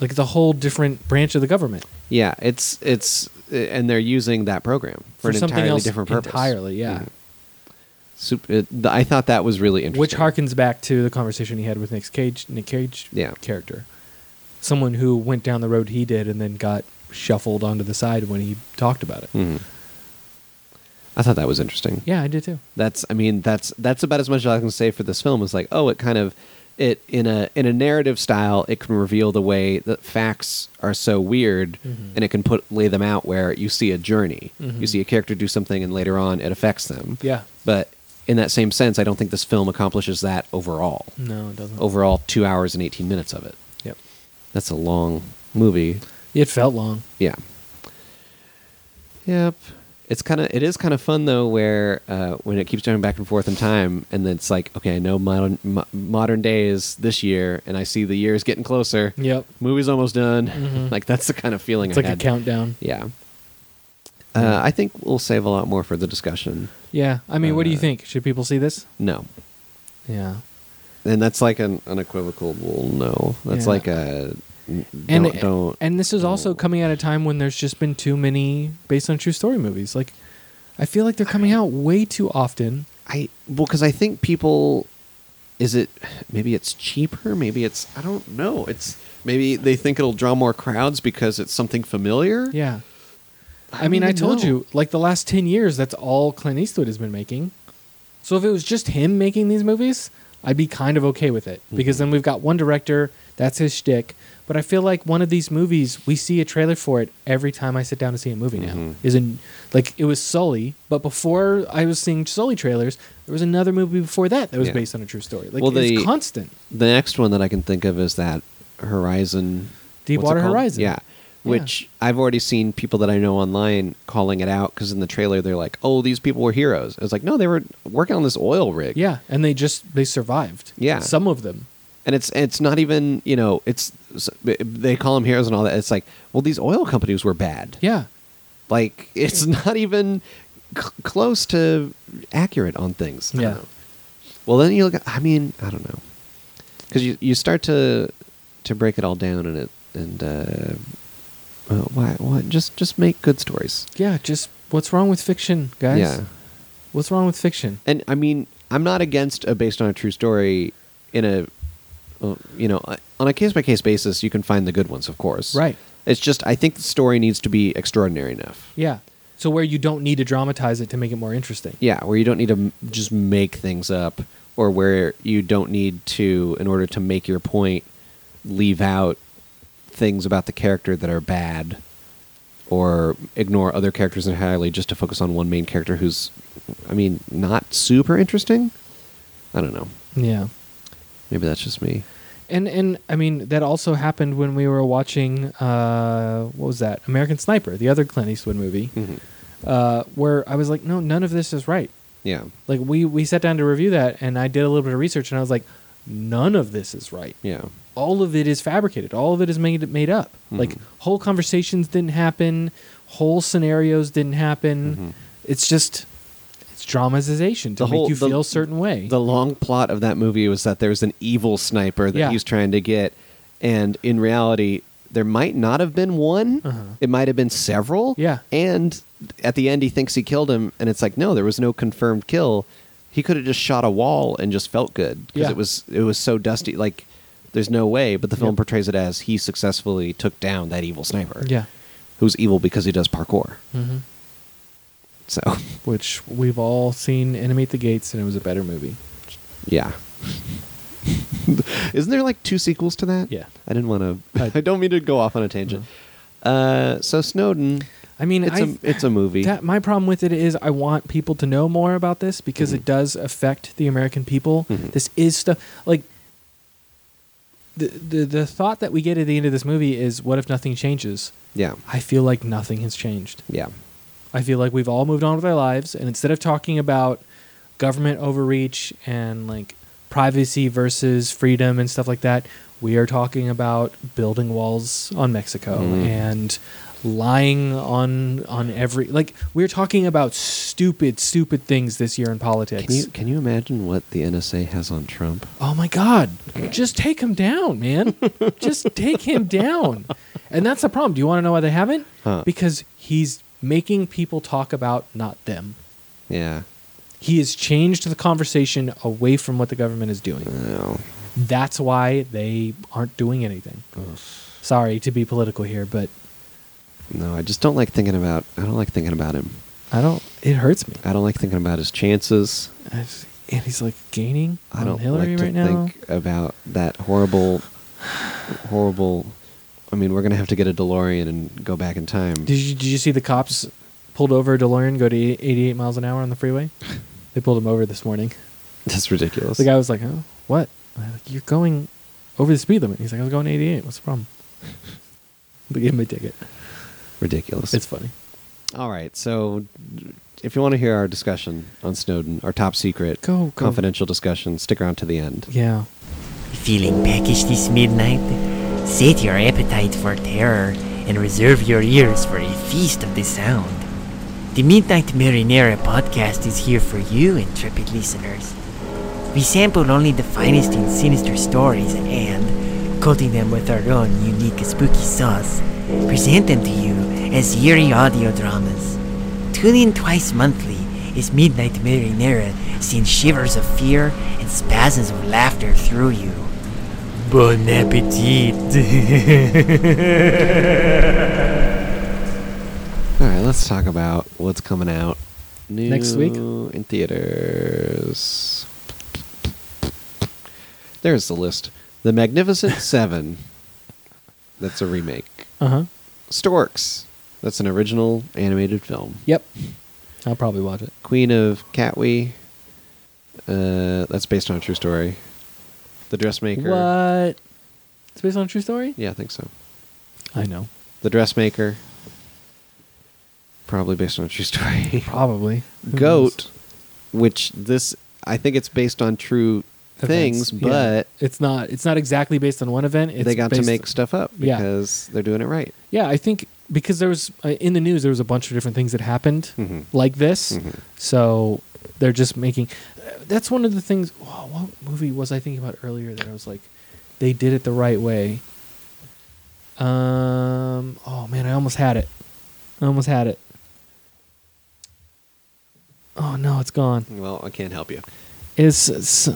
S1: Like it's a whole different branch of the government
S3: yeah, it's it's uh, and they're using that program for, an
S1: something
S3: entirely
S1: else
S3: different purpose.
S1: Entirely, yeah.
S3: Sup- it, th- I thought that was really interesting.
S1: Which harkens back to the conversation he had with Nick Cage. Nick Cage,
S3: Yeah.
S1: character, someone who went down the road he did and then got shuffled onto the side when he talked about it.
S3: Mhm. I thought that was interesting.
S1: Yeah, I did too.
S3: that's i mean that's that's about as much as i can say for this film is like oh it kind of it in a in a narrative style it can reveal the way that facts are so weird
S1: Mhm.
S3: and it can put lay them out where you see a journey you
S1: Mhm.
S3: see a character do something and later on it affects them
S1: Yeah.
S3: but in that same sense i don't think this film accomplishes that overall
S1: No, it doesn't.
S3: overall 2 hours and 18 minutes of it
S1: Yep.
S3: that's a long movie
S1: It felt long.
S3: yeah. Yep. It's kind of it is kind of fun though, where uh, when it keeps jumping back and forth in time, and then it's like, okay, I know modern mo- modern day is this year, and I see the years getting closer.
S1: Yep.
S3: Movie's almost done.
S1: Mhm.
S3: Like that's the kind of feeling.
S1: It's
S3: I
S1: like a
S3: had.
S1: countdown.
S3: Yeah. Uh, I think we'll save a lot more for the discussion.
S1: Yeah. I mean, what do you think? Should people see this?
S3: No,
S1: Yeah.
S3: and that's like an unequivocal no. That's
S1: Yeah.
S3: like a n-
S1: And
S3: don't, don't
S1: and this is also coming at a time when there's just been too many based on true story movies. Like I feel like they're coming out way too often.
S3: I well because I think people is it maybe it's cheaper maybe it's I don't know it's maybe they think it'll draw more crowds because it's something familiar
S1: Yeah. I,
S3: I
S1: mean,
S3: don't
S1: I told
S3: know.
S1: you, like the last 10 years, that's all Clint Eastwood has been making. So if it was just him making these movies, I'd be kind of okay with
S3: Mm-hmm.
S1: it because then we've got one director, that's his shtick. But I feel like one of these movies, we see a trailer for it every time I sit down to see a movie now.
S3: Mm-hmm.
S1: Is in like it was Sully, but before I was seeing Sully trailers, there was another movie before that that was
S3: Yeah.
S1: based on a true story. Like
S3: Well,
S1: it's
S3: the-
S1: constant.
S3: the next one that I can think of is that Horizon
S1: Deepwater
S3: what's it called?
S1: Horizon.
S3: yeah which I've already seen people that I know online calling it out because in the trailer they're like oh these people were heroes I was like no they were working on this oil rig
S1: Yeah, and they just they survived.
S3: Yeah.
S1: Some of them.
S3: and it's it's not even you know it's they call them heroes and all that it's like well these oil companies were bad
S1: Yeah.
S3: Like it's not even c- close to accurate on things. I don't
S1: Yeah.
S3: know. Well, then you look. At, I mean, I don't know, because you you start to to break it all down and it and uh, well, why why just just make good stories.
S1: Yeah, just what's wrong with fiction, guys?
S3: Yeah.
S1: What's wrong with fiction?
S3: And I mean, I'm not against a based on a true story in a well, you know uh, on a case by case basis. You can find the good ones, of course.
S1: Right.
S3: It's just I think the story needs to be extraordinary enough.
S1: Yeah. So where you don't need to dramatize it to make it more interesting.
S3: Yeah, where you don't need to m- just make things up, or where you don't need to, in order to make your point, leave out things about the character that are bad, or ignore other characters entirely just to focus on one main character who's, I mean, not super interesting. I don't know.
S1: Yeah.
S3: Maybe that's just me.
S1: And and I mean that also happened when we were watching uh what was that? American Sniper, the other Clint Eastwood movie. Uh where I was like, no, none of this is right.
S3: Yeah.
S1: Like we we sat down to review that, and I did a little bit of research, and I was like, none of this is right.
S3: Yeah.
S1: All of it is fabricated. All of it is made made up.
S3: Mm-hmm.
S1: Like whole conversations didn't happen. Whole scenarios didn't happen. It's just it's dramatization to
S3: Mm-hmm. The
S1: make
S3: whole-
S1: you
S3: the-
S1: feel a certain way.
S3: The long plot of that movie was that there was an evil sniper that
S1: Yeah.
S3: he's trying to get, and in reality, there might not have been one. It might have been several.
S1: Uh-huh. Yeah.
S3: And at the end, he thinks he killed him, and it's like, no, there was no confirmed kill. He could have just shot a wall and just felt good because
S1: Yeah.
S3: it was it was so dusty. Like, there's no way. But the film
S1: Yep.
S3: portrays it as he successfully took down that evil sniper.
S1: Yeah.
S3: Who's evil because he does parkour.
S1: hmm
S3: So,
S1: Which we've all seen animate the gates, and it was a better movie.
S3: yeah. Isn't there like two sequels to that?
S1: Yeah.
S3: I didn't want to. I don't mean to go off on a tangent. Uh, so Snowden.
S1: I mean,
S3: it's
S1: I've-
S3: a it's a movie.
S1: That, my problem with it is I want people to know more about this
S3: Mm-hmm.
S1: because it does affect the American people. This is stuff like the, the the thought that we get at the end of this movie is what if nothing changes?
S3: yeah,
S1: I feel like nothing has changed.
S3: yeah,
S1: I feel like we've all moved on with our lives and instead of talking about government overreach and like privacy versus freedom and stuff like that, we are talking about building walls on Mexico
S3: Mhm.
S1: and lying on on every like we're talking about stupid stupid things this year in politics.
S3: Can you can you imagine what the NSA has on Trump?
S1: Oh my God. Just take him down, man. Just take him down. And that's the problem. Do you want to know why they haven't?
S3: Huh.
S1: Because he's making people talk about not them.
S3: Yeah.
S1: He has changed the conversation away from what the government is doing.
S3: No.
S1: That's why they aren't doing anything. Sorry to be political here, but
S3: No, I just don't like thinking about. I don't like thinking about him.
S1: I don't. It hurts me.
S3: I don't like thinking about his chances.
S1: I just- and he's like gaining
S3: I
S1: on
S3: don't
S1: Hillary
S3: like to
S1: right now.
S3: think about that horrible, horrible. I mean, we're gonna have to get a DeLorean and go back in time.
S1: Did you, did you see the cops pulled over a DeLorean go to 88 miles an hour on the freeway? They pulled him over this morning.
S3: That's ridiculous.
S1: The guy was like, "Oh, what? And I'm like, You're going over the speed limit." He's like, "I was going 88. What's the problem?" They gave him a ticket.
S3: ridiculous.
S1: It's funny.
S3: All right. So, if you want to hear our discussion on Snowden, our top secret,
S1: Go, go.
S3: confidential discussion, stick around to the end.
S1: Yeah.
S13: Feeling peckish this midnight? Sate your appetite for terror and reserve your ears for a feast of the sound. The Midnight Marinera podcast is here for you, intrepid listeners. We sampled only the finest in sinister stories and, coating them with our own unique spooky sauce, present them to you as eerie audio dramas. Tune in twice monthly as Midnight Marinera sends shivers of fear and spasms of laughter through you. Bon appetit!
S3: All right. Let's talk about what's coming out new
S1: Next week?
S3: in theaters. There's the list. The Magnificent Seven. That's a remake.
S1: Uh huh.
S3: Storks. That's an original animated film.
S1: Yep. I'll probably watch it.
S3: Queen of Catwe. Uh, that's based on a true story. The Dressmaker.
S1: What? It's based on a true story.
S3: Yeah, I think so.
S1: I know.
S3: The Dressmaker. Probably based on a true story.
S1: Probably. Who knows?
S3: Goat, which this I think it's based on true
S1: Events,
S3: things,
S1: yeah.
S3: but
S1: it's not. It's not exactly based on one event. It's
S3: they got to
S1: based-
S3: make stuff up
S1: Yeah.
S3: because they're doing it right.
S1: Yeah, I think because there was uh, in the news there was a bunch of different things that happened
S3: Mhm.
S1: like this.
S3: Mhm.
S1: So they're just making. uh, That's one of the things. Wow, what movie was I thinking about earlier that I was like, they did it the right way. Um. Oh man, I almost had it. I almost had it. Oh no, it's gone.
S3: Well, I can't help you.
S1: It's, it's-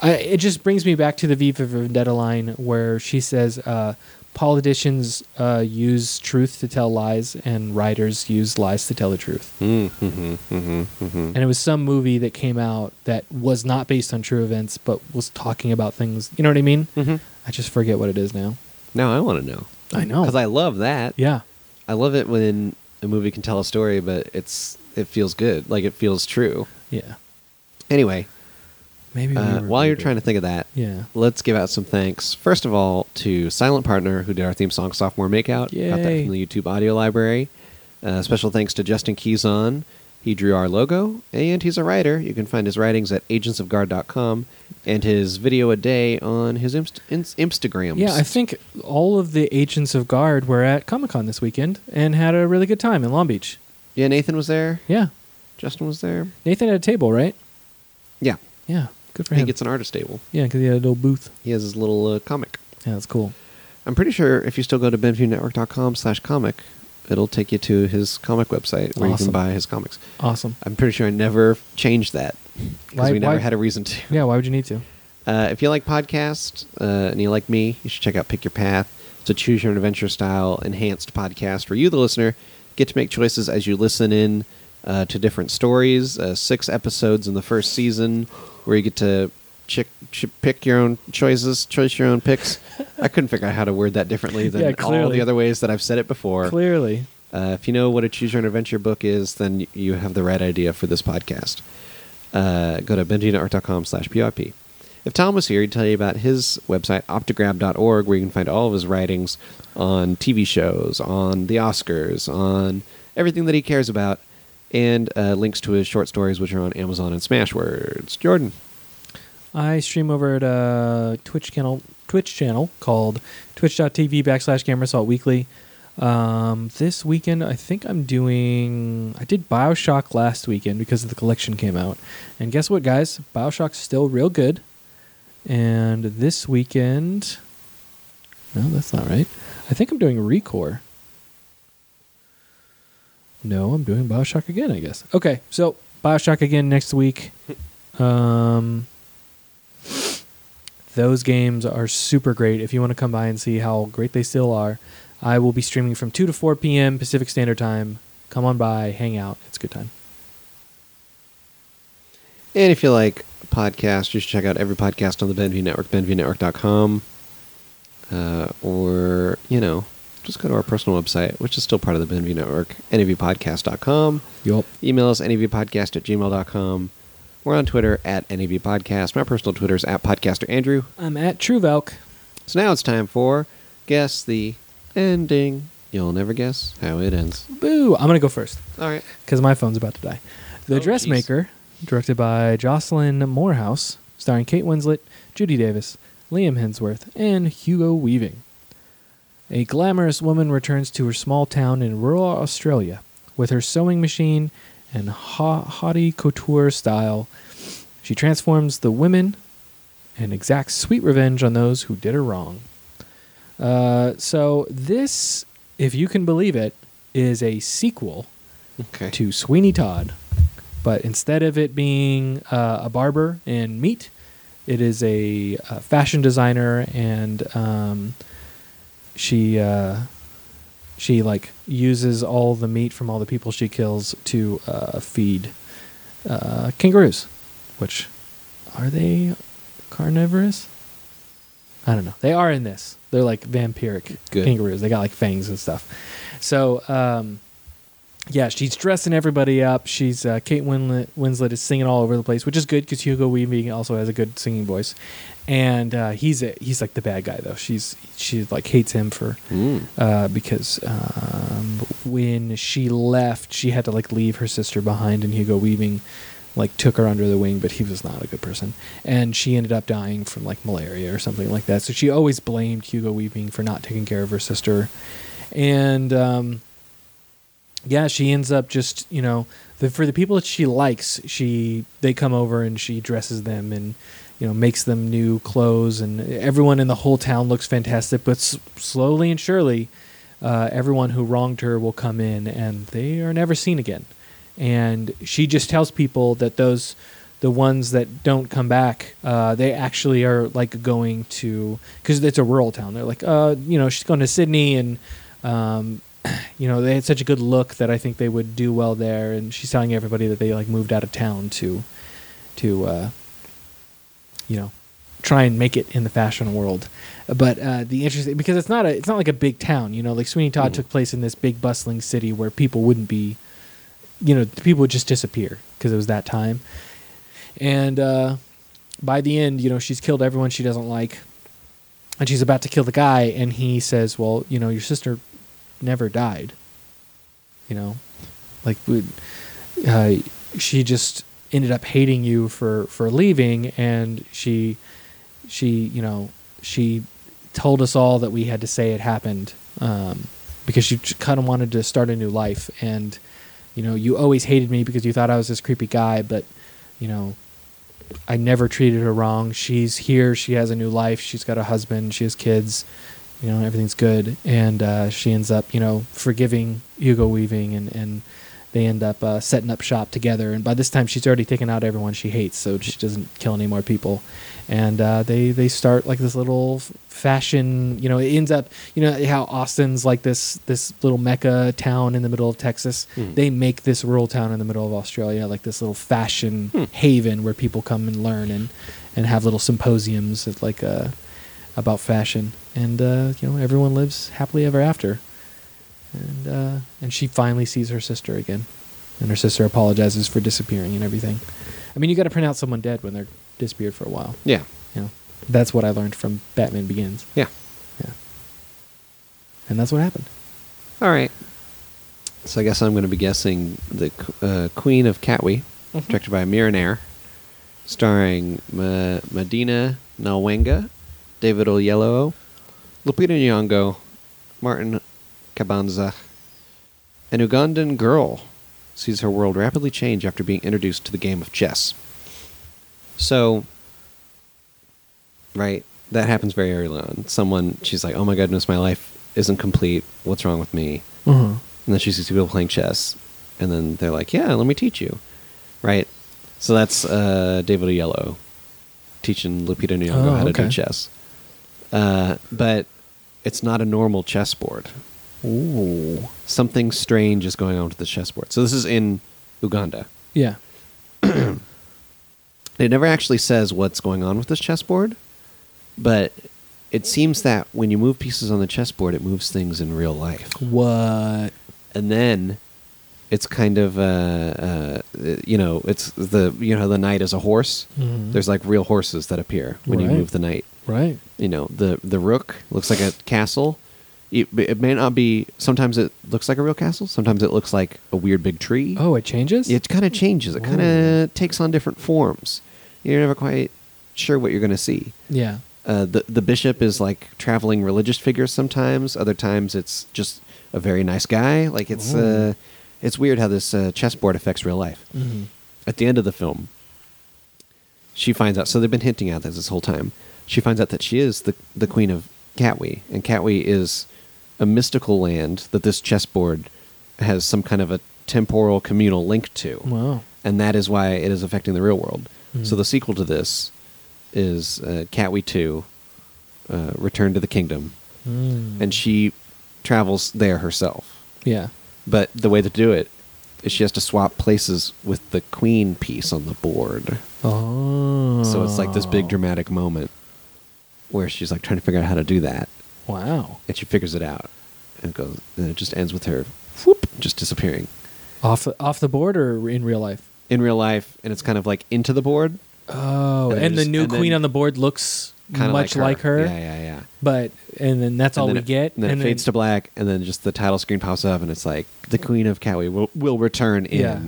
S1: I, it just brings me back to the V for Vendetta line where she says, uh, politicians uh, use truth to tell lies and writers use lies to tell the truth.
S3: Mm-hmm, mm-hmm, mm-hmm.
S1: And it was some movie that came out that was not based on true events, but was talking about things. You know what I mean?
S3: Mhm.
S1: I just forget what it is now.
S3: now I want to know.
S1: I know.
S3: because I love that.
S1: Oh. Yeah.
S3: I love it when a movie can tell a story, but it's it feels good, like it feels true.
S1: Yeah.
S3: Anyway,
S1: Maybe we
S3: uh,
S1: were
S3: while you're
S1: good.
S3: trying to think of that,
S1: Yeah.
S3: let's give out some thanks. First of all, to Silent Partner, who did our theme song Sophomore Makeout. Got that
S1: Yay.
S3: from the YouTube audio library. Uh, special thanks to Justin Keyson He drew our logo, and he's a writer. You can find his writings at agentsofguard.com and his video a day on his Inst- Inst- Instagrams.
S1: Yeah, I think all of the agents of Guard were at Comic Con this weekend and had a really good time in Long Beach.
S3: Yeah, Nathan was there.
S1: Yeah.
S3: Justin was there.
S1: Nathan had a table, right?
S3: Yeah.
S1: Yeah. Good for
S3: he
S1: him.
S3: gets an artist table.
S1: yeah, because he had a little booth.
S3: He has his little uh, comic.
S1: Yeah, that's cool.
S3: I'm pretty sure if you still go to BenviewNetwork.com slash comic, it'll take you to his comic website where you
S1: Awesome.
S3: can buy his comics.
S1: Awesome.
S3: I'm pretty sure I never changed that because
S1: Why-
S3: we never
S1: why-
S3: had a reason to.
S1: Yeah, why would you need to?
S3: Uh, if you like podcasts uh, and you like me, you should check out Pick Your Path. It's a choose your own adventure style enhanced podcast where you, the listener, get to make choices as you listen in uh, to different stories. Uh, six episodes in the first season where you get to chick, ch- pick your own choices, choice your own picks. I couldn't figure out how to word that differently than
S1: Yeah,
S3: all
S1: clearly.
S3: the other ways that I've said it before.
S1: Clearly.
S3: Uh, if you know what a choose your own adventure book is, then y- you have the right idea for this podcast. Uh, go to benjinetwork.com slash PRP. If Tom was here, he'd tell you about his website, optograb.org, where you can find all of his writings on TV shows, on the Oscars, on everything that he cares about, and uh, links to his short stories, which are on Amazon and Smashwords. Jordan.
S1: I stream over at a Twitch channel, Twitch channel called twitch.tv backslash Gamersault Weekly. Um, this weekend, I think I'm doing. I did Bioshock last weekend because the collection came out, and guess what, guys? Bioshock's still real good. And this weekend, no, that's not right. I think I'm doing Recore. No, I'm doing Bioshock again, I guess. Okay, so Bioshock again next week. Um, those games are super great. If you want to come by and see how great they still are, I will be streaming from 2 to 4 p.m. Pacific Standard Time. Come on by, hang out. It's a good time.
S3: And if you like podcasts, you should check out every podcast on the Benview Network, benviewnetwork.com. Uh, or, you know, just go to our personal website, which is still part of the Benview Network, navpodcast.com.
S1: Yup.
S3: Email us, navpodcast at gmail.com. We're on Twitter at navpodcast. My personal Twitter is at podcaster Andrew.
S1: I'm at TrueValk.
S3: So now it's time for Guess the Ending. You'll never guess how it ends.
S1: Boo! I'm going to go first.
S3: All right.
S1: Because my phone's about to die. The Dressmaker, directed by Jocelyn Morehouse, starring Kate Winslet, Judy Davis, Liam Hemsworth, and Hugo Weaving. A glamorous woman returns to her small town in rural Australia with her sewing machine and ha- haughty couture style. She transforms the women and exacts sweet revenge on those who did her wrong. Uh, so, this, if you can believe it, is a sequel
S3: Okay.
S1: to Sweeney Todd. But instead of it being uh, a barber and meat, it is a, uh fashion designer, and um, she uh, she like uses all the meat from all the people she kills to uh, feed uh, kangaroos, which are they carnivorous? I don't know. They are in this. They're like vampiric
S3: Good.
S1: kangaroos. They got like fangs and stuff. So, um, yeah, she's dressing everybody up. She's uh, Kate Winslet, Winslet is singing all over the place, which is good because Hugo Weaving also has a good singing voice, and uh, he's a, he's like the bad guy though. She's she like hates him for
S3: Mm.
S1: uh, because um, when she left, she had to like leave her sister behind, and Hugo Weaving like took her under the wing, but he was not a good person, and she ended up dying from like malaria or something like that. So she always blamed Hugo Weaving for not taking care of her sister, and. Um, yeah, she ends up just you know the, for the people that she likes, she they come over and she dresses them and you know makes them new clothes and everyone in the whole town looks fantastic. But s- slowly and surely, uh, everyone who wronged her will come in and they are never seen again. And she just tells people that those the ones that don't come back, uh, they actually are like going to because it's a rural town. They're like, uh, you know, she's going to Sydney and. Um, you know they had such a good look that I think they would do well there. And she's telling everybody that they like moved out of town to, to, uh, you know, try and make it in the fashion world. But uh, the interesting because it's not a it's not like a big town. You know, like Sweeney Todd took place in this big bustling city where people wouldn't be, you know, people would just disappear because it was that time. And uh, by the end, you know, she's killed everyone she doesn't like. And she's about to kill the guy, and he says, "Well, you know, your sister never died. You know, like we, uh, she just ended up hating you for for leaving, and she she you know she told us all that we had to say it happened um, because she kind of wanted to start a new life, and you know you always hated me because you thought I was this creepy guy, but you know I never treated her wrong. She's here. She has a new life. She's got a husband. She has kids. You know, everything's good. And uh, she ends up, you know, forgiving Hugo Weaving and, and they end up uh, setting up shop together. And by this time, she's already taken out everyone she hates, so she doesn't kill any more people. And uh, they, they start like this little fashion, you know, it ends up, you know, how Austin's like this, this little mecca town in the middle of Texas.
S2: Mm.
S1: They make this rural town in the middle of Australia like this little fashion
S2: Hmm.
S1: haven where people come and learn and, and have little symposiums at like uh, about fashion. And, uh, you know, everyone lives happily ever after and uh, and she finally sees her sister again, and her sister apologizes for disappearing and everything. I mean, you got to print out someone dead when they're disappeared for a while.
S3: Yeah.
S1: you know, that's what I learned from Batman Begins.
S3: Yeah.
S1: yeah, and that's what happened.
S3: All right. So I guess I'm going to be guessing the Q- uh, Queen of Katwe,
S1: Mhm.
S3: directed by Mira Nair, starring Ma- Medina Nawenga, David Oyelowo, Lupita Nyong'o, Martin Kabanza. An Ugandan girl sees her world rapidly change after being introduced to the game of chess. So, right, that happens very early on. Someone, she's like, "Oh my goodness, my life isn't complete. What's wrong with me?"
S1: Uh-huh.
S3: and then she sees people playing chess, and then they're like, "Yeah, let me teach you," right? So that's uh, David Oyelowo teaching Lupita Nyong'o
S2: Oh,
S3: how to do
S2: okay.
S3: chess, uh, but it's not a normal chessboard. Ooh, something strange is going on with the chessboard. So this is in Uganda.
S1: Yeah,
S3: It never actually says what's going on with this chessboard, but it seems that when you move pieces on the chessboard, it moves things in real life.
S1: What?
S3: And then it's kind of uh, uh, you know it's the you know the knight is a horse.
S1: Mhm.
S3: There's like real horses that appear when you
S1: Right.
S3: move the knight.
S1: Right.
S3: You know the the rook looks like a castle. It, it may not be. Sometimes it looks like a real castle. Sometimes it looks like a weird big tree.
S1: Oh, it changes.
S3: It kind of changes. It kind of takes on different forms. You're never quite sure what you're going to see.
S1: Yeah.
S3: Uh, the the bishop is like traveling religious figures sometimes. Other times it's just a very nice guy. Like it's
S2: Ooh.
S3: uh, it's weird how this uh, chessboard affects real life.
S1: Mm.
S2: Mhm.
S3: At the end of the film, she finds out. So they've been hinting at this this whole time. She finds out that she is the the queen of Katwe, and Katwe is a mystical land that this chessboard has some kind of a temporal communal link to.
S1: Wow.
S3: And that is why it is affecting the real world.
S1: Mm.
S3: So the sequel to this is uh, Catwe Two, uh, Return to the Kingdom,
S1: Mm.
S3: and she travels there herself.
S1: Yeah.
S3: But the way to do it is she has to swap places with the queen piece on the board.
S1: Oh.
S3: So it's like this big dramatic moment where she's like trying to figure out how to do that.
S1: Wow.
S3: And she figures it out. And it goes and it just ends with her whoop just disappearing.
S1: off off the board or in real life.
S3: In real life, and it's kind of like into the board.
S1: Oh, and,
S3: then
S1: the
S3: just-
S1: new
S3: and then-
S1: queen on the board looks
S3: Kinda
S1: much like her.
S3: Yeah, yeah, yeah.
S1: But and then that's all
S3: And
S1: we
S3: then it-
S1: get.
S3: And then it fades to black, and then just the title screen pops up, and it's like the Queen of Catwe will, will return in
S1: Yeah.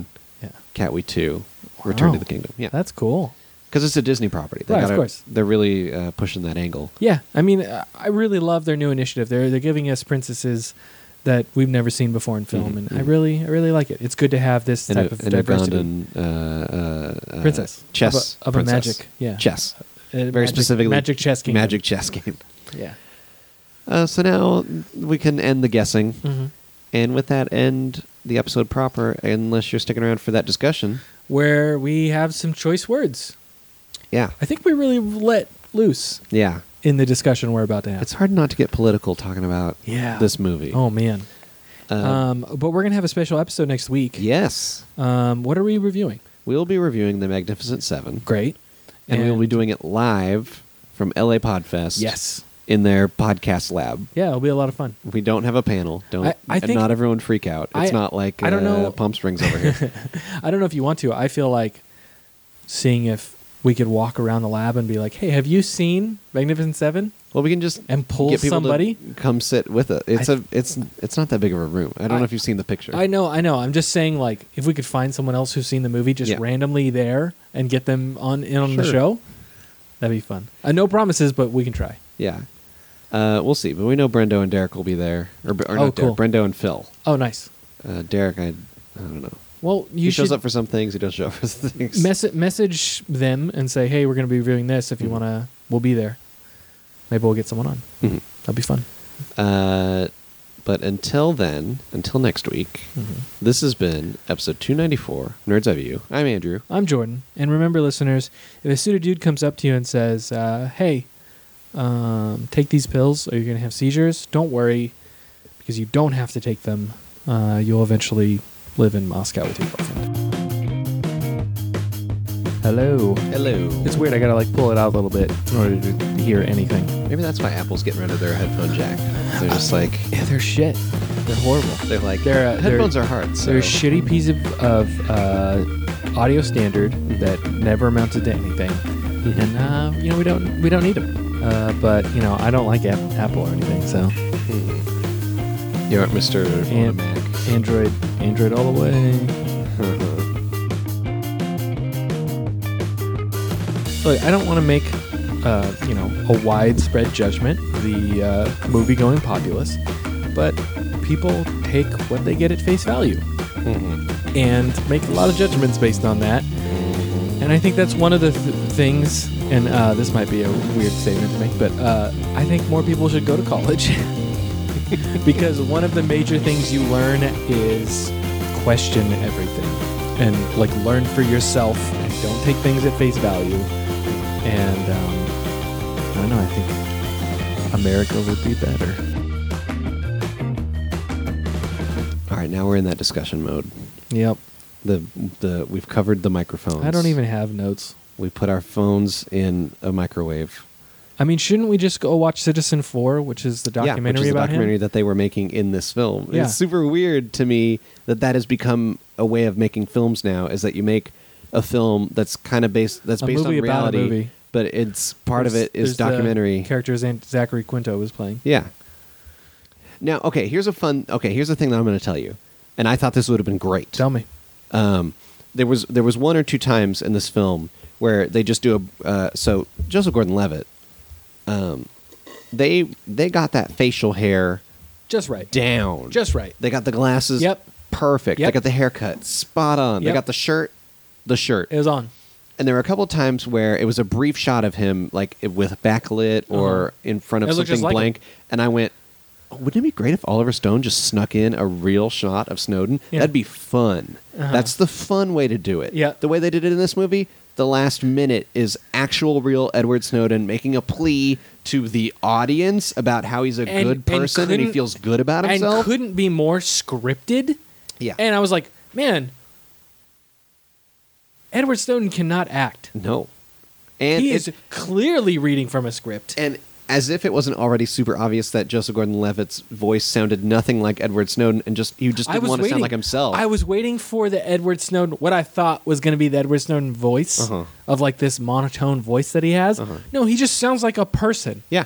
S1: Yeah.
S3: Catwe Two, Return to
S1: Wow.
S3: the Kingdom. Yeah,
S1: that's cool.
S3: because it's a Disney property.
S1: Right, of
S3: gotta-
S1: course.
S3: They're really uh, pushing that angle.
S1: Yeah, I mean, uh, I really love their new initiative. They're they're giving us princesses that we've never seen before in film,
S3: Mhm,
S1: and I
S3: mhm.
S1: really I really like it. It's good to have this
S3: And
S1: type
S3: a-
S1: of
S3: and a
S1: diversity.
S3: Ugandan, uh, uh, uh,
S1: Princess.
S3: chess
S1: Of a- of a
S3: princess.
S1: magic, yeah.
S3: chess.
S1: A
S3: Very
S1: Uh, magic-
S3: specifically,
S1: magic chess kingdom.
S3: Magic chess game.
S1: Yeah.
S3: Uh, so now we can end the guessing,
S1: Mhm.
S3: and with that end the episode proper. Unless you're sticking around for that discussion.
S1: Where we have some choice words.
S3: Yeah.
S1: I think we really let loose
S3: Yeah.
S1: in the discussion we're about to have.
S3: It's hard not to get political talking about
S1: Yeah.
S3: this movie.
S1: Oh man.
S3: Uh,
S1: Um, but we're gonna have a special episode next week.
S3: yes.
S1: Um, what are we reviewing?
S3: We'll be reviewing The Magnificent Seven.
S1: Great.
S3: And, we'll be doing it live from LA Podfest.
S1: Yes.
S3: In their podcast lab.
S1: Yeah, it'll be a lot of fun.
S3: We don't have a panel. Don't.
S1: I- I
S3: and
S1: think-
S3: not everyone freak out. It's
S1: I-
S3: not like
S1: I don't
S3: uh,
S1: know-
S3: Palm Springs over here.
S1: I don't know if you want to. I feel like seeing if we could walk around the lab and be like, "Hey, have you seen Magnificent Seven?
S3: Well, we can just
S1: and pull
S3: Get people
S1: somebody.
S3: to come sit with us. It's a it's it's not that big of a room. I don't
S1: I-
S3: know if you've seen the picture.
S1: I know, I know. I'm just saying, like, if we could find someone else who's seen the movie just
S3: Yeah.
S1: randomly there and get them on in on the
S3: Sure.
S1: show, that'd be fun. Uh, no promises, but we can try.
S3: yeah, uh, we'll see. But we know Brendo and Derek will be there, or, or
S1: Oh,
S3: not
S1: cool.
S3: Derek, Brendo and Phil.
S1: Oh, nice.
S3: Uh, Derek, I I don't know.
S1: Well, you
S3: he shows
S1: should-
S3: up for some things. He doesn't show up for other things.
S1: Mess- message them and say, "Hey, we're going to be reviewing this.
S3: Mm-hmm.
S1: If you want to, we'll be there. Maybe we'll get someone on.
S3: Mhm.
S1: That'd be fun."
S3: Uh, but until then, until next week,
S1: Mm-hmm.
S3: this has been episode 294, Nerds Eye View. I'm Andrew.
S1: I'm Jordan, and remember, listeners, if a pseudo dude comes up to you and says, uh, "Hey, um, take these pills, or you're gonna have seizures," don't worry, because you don't have to take them. Uh, you'll eventually live in Moscow with your girlfriend. Hello.
S3: Hello.
S1: It's weird. I gotta like pull it out a little bit in order to hear anything.
S3: Maybe that's why Apple's getting rid of their headphone jack. They're just like,
S1: Yeah, they're shit. They're horrible.
S3: They're like,
S1: they're, uh,
S3: headphones
S1: they're-
S3: are hard, so-
S1: They're a shitty piece of, of uh, audio standard that never amounted to anything, and uh, you know we don't we don't need them. Uh, but you know I don't like App- Apple or anything, so
S3: you aren't Mr.
S1: and, Android Android all the
S3: way.
S1: Look, I don't want to make uh, you know a widespread judgment of the uh, movie going populace, but people take what they get at face value and make a lot of judgments based on that. And I think that's one of the th- things. And uh, this might be a weird statement to make, but uh, I think more people should go to college because one of the major things you learn is question everything and like learn for yourself and don't take things at face value. And um, I don't know. I think America would be better.
S3: All right, now we're in that discussion mode.
S1: Yep.
S3: The the we've covered the microphones.
S1: I don't even have notes.
S3: We put our phones in a microwave.
S1: I mean, shouldn't we just go watch Citizen Four, which is the documentary
S3: yeah, which is the
S1: about
S3: documentary
S1: him?
S3: that they were making in this film.
S1: Yeah.
S3: It's super weird to me that that has become a way of making films now. Is that you make a film that's kind of based that's
S1: A
S3: based
S1: movie
S3: on
S1: about a
S3: reality,
S1: movie.
S3: but it's part of
S1: There's-
S3: it
S1: there's
S3: is
S1: the
S3: documentary.
S1: characters and Zachary Quinto was playing.
S3: Yeah. Now, okay, here's a fun. Okay, here's the thing that I'm going to tell you, and I thought this would have been great. Tell
S1: me.
S3: Um, there was there was one or two times in this film where they just do a uh, so Joseph Gordon-Levitt, um, they they got that facial hair
S1: Just right.
S3: down,
S1: Just right.
S3: They got the glasses. Yep. Perfect. They
S1: Yep.
S3: got the haircut spot on. They
S1: Yep.
S3: got the shirt. The shirt. It
S1: was on.
S3: And there were a couple times where it was a brief shot of him, like it- with backlit or
S1: Uh-huh.
S3: in front of
S1: It looked just
S3: something
S1: like
S3: blank. And I went, oh, wouldn't it be great if Oliver Stone just snuck in a real shot of Snowden?
S1: Yeah.
S3: That'd be fun.
S1: Uh-huh.
S3: That's the fun way to do it. Yeah. The way they did it in this movie, the last minute is actual real Edward Snowden making a plea to the audience about how he's a
S1: And-
S3: good person and, he
S1: couldn't-
S3: feels good about himself.
S1: and couldn't be more scripted.
S3: Yeah.
S1: And I was like, man, Edward Snowden cannot act.
S3: No. And
S1: he
S3: it-
S1: is clearly reading from a script.
S3: And as if it wasn't already super obvious that Joseph Gordon-Levitt's voice sounded nothing like Edward Snowden, and just he just
S1: I
S3: didn't
S1: was
S3: want to
S1: waiting-
S3: sound like himself.
S1: I was waiting for the Edward Snowden, what I thought was going to be the Edward Snowden voice
S3: Uh-huh.
S1: of like this monotone voice that he has. No, he just sounds like a person.
S3: Yeah.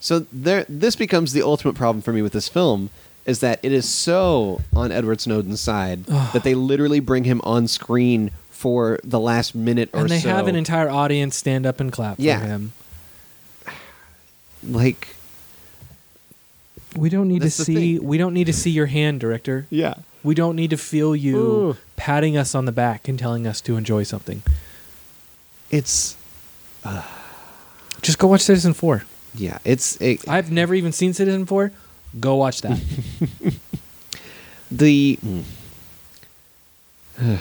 S3: so there, this becomes the ultimate problem for me with this film is that it is so on Edward Snowden's side that they literally bring him on screen for the last minute or
S1: And they
S3: so.
S1: have an entire audience stand up and clap
S3: Yeah.
S1: for him.
S3: like
S1: We don't need
S3: That's
S1: to
S3: the
S1: see. We don't need to see your hand, director.
S3: Yeah.
S1: We don't need to feel you
S3: Ooh.
S1: patting us on the back and telling us to enjoy something.
S3: It's.
S1: Just go watch Citizen Four.
S3: Yeah, it's. It,
S1: I've never even seen Citizen Four. Go watch that.
S3: the mm.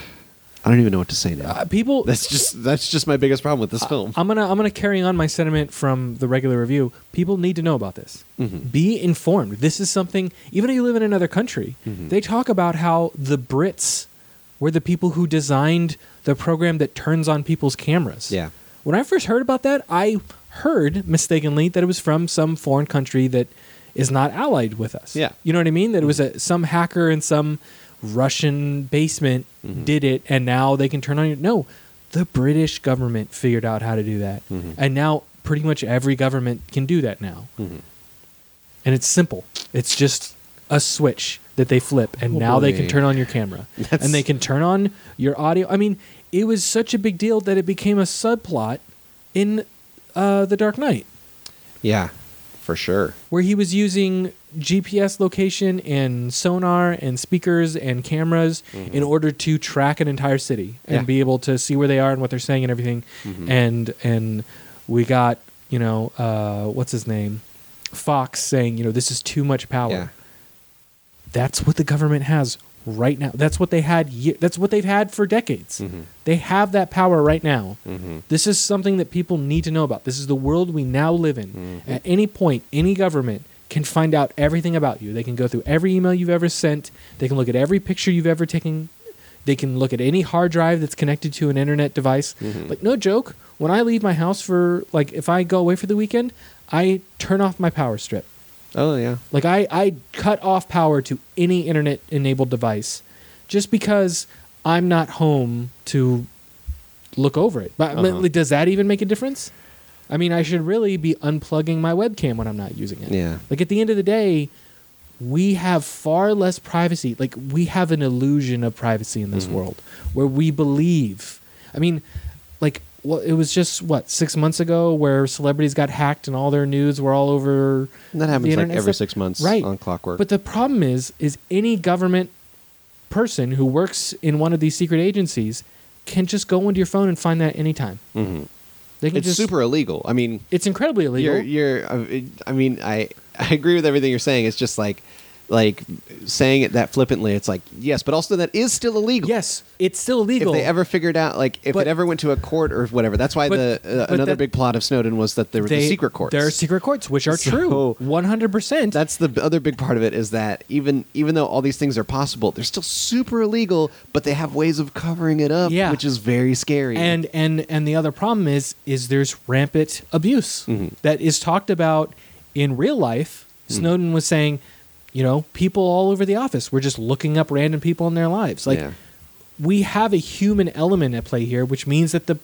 S3: I don't even know what to say now.
S1: Uh, people
S3: that's just that's just my biggest problem with this film.
S1: I'm gonna I'm gonna carry on my sentiment from the regular review. People need to know about this.
S3: Mm-hmm.
S1: Be informed. This is something. Even if you live in another country,
S3: Mm-hmm.
S1: they talk about how the Brits were the people who designed the program that turns on people's cameras.
S3: Yeah.
S1: When I first heard about that, I heard mistakenly that it was from some foreign country that is not allied with us.
S3: Yeah. Mm-hmm.
S1: You know what I mean? That it was a, some
S3: Mm-hmm.
S1: hacker in some Russian basement did it, and now they can turn on your. No, the British government figured out how to do that,
S3: Mhm.
S1: and now pretty much every government can do that now.
S3: Mm-hmm.
S1: And it's simple. It's just a switch that they flip, and
S3: Oh,
S1: now they
S3: boy.
S1: can turn on your camera, and they can turn on your audio. I mean, it was such a big deal that it became a subplot in uh, The Dark Knight,
S3: Yeah, for sure.
S1: where he was using GPS location and sonar and speakers and cameras
S3: Mhm.
S1: in order to track an entire city and
S3: Yeah.
S1: be able to see where they are and what they're saying and everything.
S3: Mhm.
S1: And and we got you know uh, what's his name, Fox saying you know this is too much power.
S3: Yeah.
S1: That's what the government has right now. That's what they had. Ye- that's what they've had for decades. They have that power right now.
S3: Mhm.
S1: This is something that people need to know about. This is the world we now live in. At any point, any government can find out everything about you. They can go through every email you've ever sent. They can look at every picture you've ever taken. They can look at any hard drive that's connected to an internet device. Like no joke, when I leave my house for like if I go away for the weekend, I turn off my power strip.
S3: Oh yeah.
S1: Like I, I cut off power to any internet enabled device just because I'm not home to look over it. But I mean,
S3: Uh-huh.
S1: does that even make a difference? I mean, I should really be unplugging my webcam when I'm not using it.
S3: Yeah.
S1: Like at the end of the day, we have far less privacy. Like we have an illusion of privacy in this
S3: Mm-hmm.
S1: world where we believe. I mean, like well, it was just what six months ago where celebrities got hacked and all their news were all over.
S3: And that happens,
S1: the
S3: like,
S1: internet
S3: every
S1: stuff.
S3: six months
S1: right?
S3: on Clockwork.
S1: But the problem is, is any government person who works in one of these secret agencies can just go into your phone and find that anytime.
S3: Mm-hmm.
S1: They can
S3: it's
S1: just-
S3: super illegal. I mean,
S1: It's incredibly illegal.
S3: You're, you're. I- I mean, I I agree with everything you're saying. It's just like, like saying it that flippantly. It's like yes, but also that is still illegal.
S1: Yes, it's still illegal.
S3: If they ever figured out, like, if
S1: But-
S3: it ever went to a court or whatever, that's why
S1: But-
S3: the
S1: but
S3: uh, another
S1: that-
S3: big plot of Snowden was that there were the
S1: They-
S3: secret courts.
S1: There are secret courts, which are true. One hundred percent.
S3: That's the b- other big part of it is that even even though all these things are possible, they're still super illegal. But they have ways of covering it up,
S1: Yeah.
S3: which is very scary.
S1: And and and the other problem is is there's rampant abuse
S3: Mm-hmm.
S1: that is talked about in real life. Snowden was saying, you know, people all over the office were just looking up random people in their lives. Like
S3: Yeah.
S1: we have a human element at play here, which means that the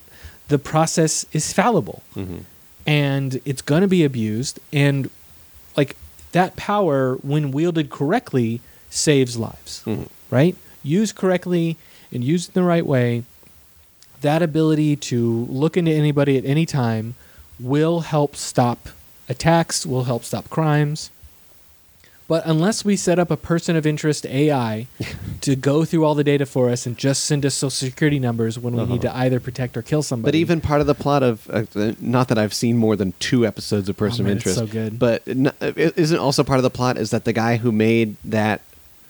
S1: the process is fallible
S3: Mm-hmm.
S1: and it's going to be abused and like that power when wielded correctly saves lives
S3: Mm-hmm.
S1: right used correctly and used in the right way that ability to look into anybody at any time will help stop attacks will help stop crimes but unless we set up a person of interest AI to go through all the data for us and just send us social security numbers when we need to either protect or kill somebody.
S3: Uh-huh. But even part of the plot of uh, the- not that I've seen more than two episodes of Person
S1: Oh, man,
S3: of
S1: it's
S3: Interest,
S1: so good.
S3: But n- it isn't also part of the plot is that the guy who made that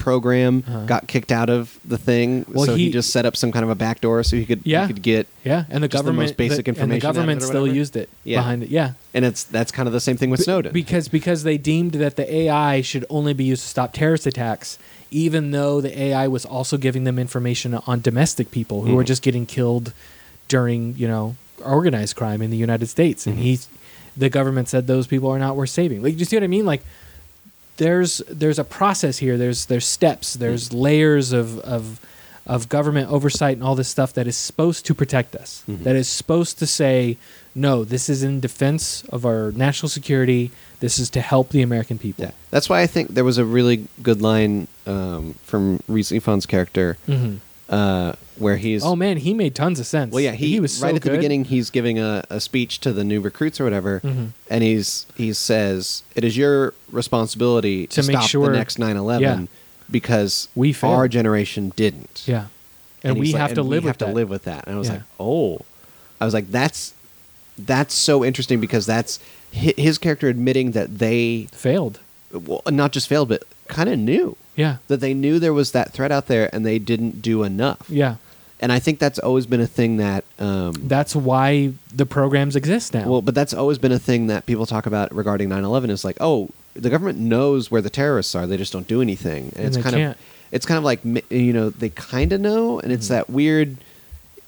S3: program
S1: Uh-huh.
S3: got kicked out of the thing,
S1: Well,
S3: so he,
S1: he-
S3: just set up some kind of a back door so he could he
S1: Yeah.
S3: could get
S1: Yeah, and the
S3: just the
S1: government
S3: most basic
S1: the-
S3: information.
S1: and the
S3: out of it or
S1: government still
S3: whatever.
S1: used it
S3: Yeah.
S1: behind it. Yeah,
S3: and it's that's kind of the same thing with
S1: Be-
S3: Snowden.
S1: because because they deemed that the AI should only be used to stop terrorist attacks, even though the AI was also giving them information on domestic people who were
S3: Mhm.
S1: just getting killed during you know organized crime in the United States,
S3: Mm-hmm.
S1: and he, the government said those people are not worth saving. Like, you see what I mean? Like, there's there's a process here. There's there's steps.
S3: Mm.
S1: There's layers of of of government oversight and all this stuff that is supposed to protect us.
S3: Mhm.
S1: that is supposed to say, no, this is in defense of our national security. This is to help the American people.
S3: Yeah, that's why I think there was a really good line um, from Reese Ifan's character
S1: Mhm.
S3: uh, where he's
S1: Oh man, he made tons of sense.
S3: Well, yeah, he,
S1: was so
S3: right at
S1: good.
S3: the beginning. He's giving a, a speech to the new recruits or whatever,
S1: Mhm.
S3: and he's he says it is your responsibility to,
S1: To make
S3: stop
S1: sure-
S3: the next 9/11
S1: Yeah.
S3: because
S1: We failed.
S3: our generation didn't,
S1: Yeah, and, we
S3: he's like-
S1: have to
S3: and
S1: live
S3: we
S1: with
S3: have to
S1: that.
S3: live with that. And I was
S1: Yeah.
S3: like, oh, I was like, that's that's so interesting because that's hi- his character admitting that they
S1: failed,
S3: well, not just failed, but kind of knew
S1: Yeah,
S3: that they knew there was that threat out there and they didn't do enough.
S1: yeah.
S3: And I think that's always been a thing that um,
S1: That's why the programs exist now.
S3: well, but that's always been a thing that people talk about regarding 9/11 is like, "Oh, the government knows where the terrorists are. They just don't do anything." And,
S1: And
S3: it's
S1: they
S3: kind
S1: can't. Mm-hmm.
S3: of it's kind of like mi- you know, they kind of know and it's that weird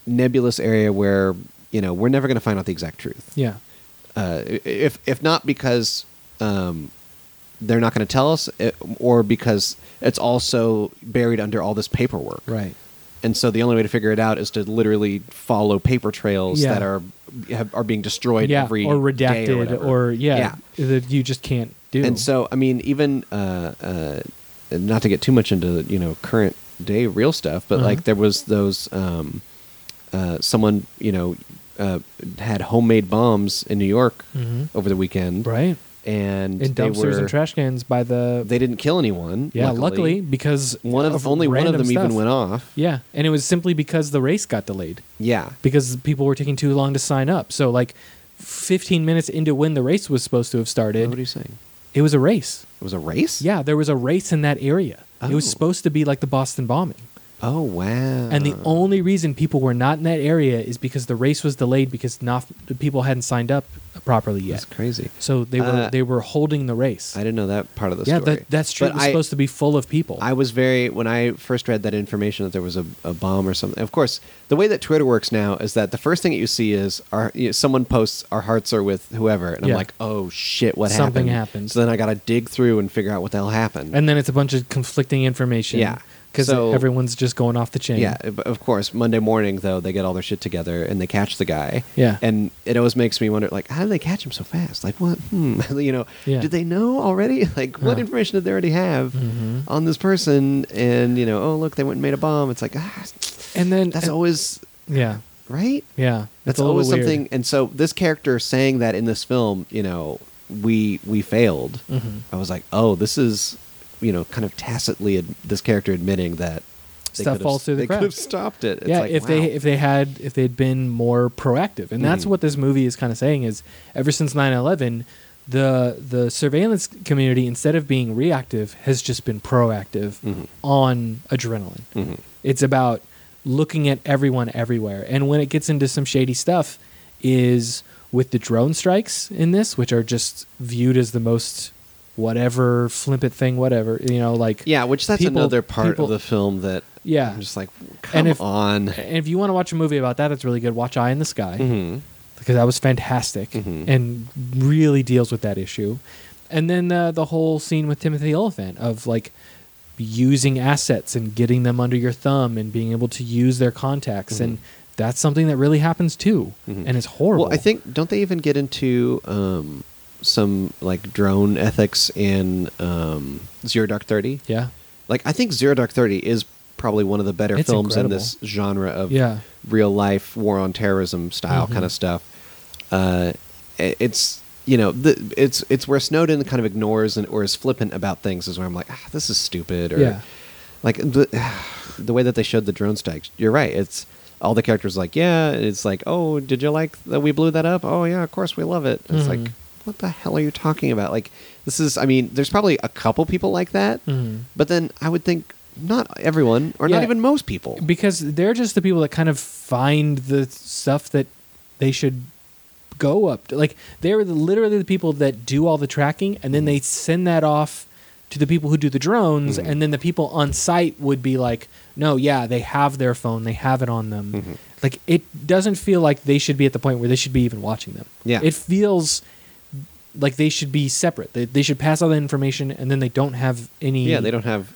S3: nebulous area where, you know, we're never going to find out the exact truth.
S1: yeah,
S3: Uh, i- if if not because um they're not going eh, to tell us, it, or because it's also buried under all this paperwork.
S1: right.
S3: And so the only way to figure it out is to literally follow paper trails
S1: Yeah.
S3: that are have, are being destroyed
S1: yeah,
S3: every
S1: or
S3: day or,
S1: redacted,
S3: whatever.
S1: or, yeah, that you just can't do.
S3: And so, I mean, even uh, uh, not to get too much into you know current day real stuff, but
S1: Uh-huh.
S3: like there was those um, uh, someone you know uh, had homemade bombs in New York
S1: Mhm.
S3: over the weekend,
S1: right?
S3: And
S1: in
S3: they
S1: dumpsters
S3: were,
S1: and trash cans by the.
S3: They didn't kill anyone.
S1: Yeah, luckily,
S3: luckily,
S1: because
S3: one of, only one of
S1: random
S3: them even
S1: stuff.
S3: went off.
S1: Yeah, and it was simply because the race got delayed.
S3: Yeah,
S1: because people were taking too long to sign up. So like, fifteen minutes into when the race was supposed to have started,
S3: what are you saying?
S1: It was a race.
S3: It was a race.
S1: Yeah, there was a race in that area. It was
S3: Oh.
S1: supposed to be like the Boston bombing.
S3: Oh wow!
S1: And the only reason people were not in that area is because the race was delayed because not the people hadn't signed up properly yet.
S3: That's crazy.
S1: So they were
S3: Uh,
S1: they were holding the race.
S3: I didn't know that part of the
S1: yeah,
S3: story.
S1: that that street
S3: But
S1: was
S3: I-
S1: supposed to be full of people.
S3: I was very when I first read that information that there was a, a bomb or something. Of course, the way that Twitter works now is that the first thing that you see is our you know, someone posts our hearts are with whoever, and
S1: Yeah.
S3: I'm like, oh shit, what
S1: Something happened.
S3: happened? So then I got to dig through and figure out what the hell happened.
S1: and then it's a bunch of conflicting information.
S3: Yeah.
S1: because
S3: So-
S1: everyone's just going off the chain.
S3: Yeah, but of course. Monday morning though, they get all their shit together and they catch the guy.
S1: Yeah.
S3: and it always makes me wonder, like, how did they catch him so fast? Like, what? Hmm. you know,
S1: Yeah.
S3: did they know already? Like, what
S1: Huh. Mm-hmm.
S3: information did they already have on this person? And you know, oh look, they went and made a bomb. It's like, ah,
S1: and then uh,
S3: that's always
S1: yeah,
S3: right.
S1: yeah.
S3: That's
S1: It's a little
S3: always
S1: weird.
S3: something. And so this character saying that in this film, you know, we we failed.
S1: Mhm.
S3: I was like, oh, this is, you know, kind of tacitly ad- this character admitting that they
S1: Stuff
S3: could've-
S1: falls through the
S3: they
S1: cracks.
S3: could've stopped it. It's
S1: yeah,
S3: like,
S1: if
S3: wow.
S1: they if they had if they'd been more proactive, and that's
S3: Mhm.
S1: what this movie is kind of saying is ever since 9-11, the the surveillance community instead of being reactive has just been proactive
S3: Mm-hmm.
S1: on adrenaline. It's about looking at everyone everywhere, and when it gets into some shady stuff, is with the drone strikes in this, which are just viewed as the most whatever flippant thing, whatever you know, like
S3: yeah, which that's
S1: people-
S3: another part
S1: people-
S3: of the film that
S1: yeah,
S3: I'm just like, come
S1: if-
S3: on.
S1: and if you want to watch a movie about that, that's really good. Watch Eye in the Sky
S3: Mhm.
S1: because that was fantastic
S3: Mhm.
S1: and really deals with that issue. And then uh, the whole scene with Timothy Oliphant of like using assets and getting them under your thumb and being able to use their contacts and that's something that really happens too and it's horrible.
S3: Mm-hmm. Well, I think don't they even get into um, some like drone ethics in um, Zero Dark Thirty?
S1: Yeah.
S3: like I think Zero Dark Thirty is probably one of the better
S1: It's
S3: films
S1: incredible.
S3: in this genre of
S1: Yeah.
S3: real life war on terrorism style
S1: Mhm.
S3: kind of stuff. Uh, i- it's you know the, it's it's where Snowden kind of ignores and or is flippant about things is where I'm like ah, this is stupid or
S1: Yeah.
S3: like the, the way that they showed the drone strikes you're right it's all the characters like yeah it's like oh did you like that we blew that up oh yeah of course we love it it's
S1: Mhm.
S3: like what the hell are you talking about like this is i mean there's probably a couple people like that
S1: Mhm.
S3: but then i would think not everyone or
S1: Yeah.
S3: not even most people
S1: because they're just the people that kind of find the stuff that they should go up to. like they're the- literally the people that do all the tracking and
S3: Mm-hmm.
S1: then they send that off to the people who do the drones
S3: Mm-hmm.
S1: and then the people on site would be like no yeah they have their phone they have it on them
S3: Mm-hmm.
S1: like it doesn't feel like they should be at the point where they should be even watching them
S3: Yeah.
S1: it feels like they should be separate they, they should pass all the information and then they don't have any
S3: yeah they don't have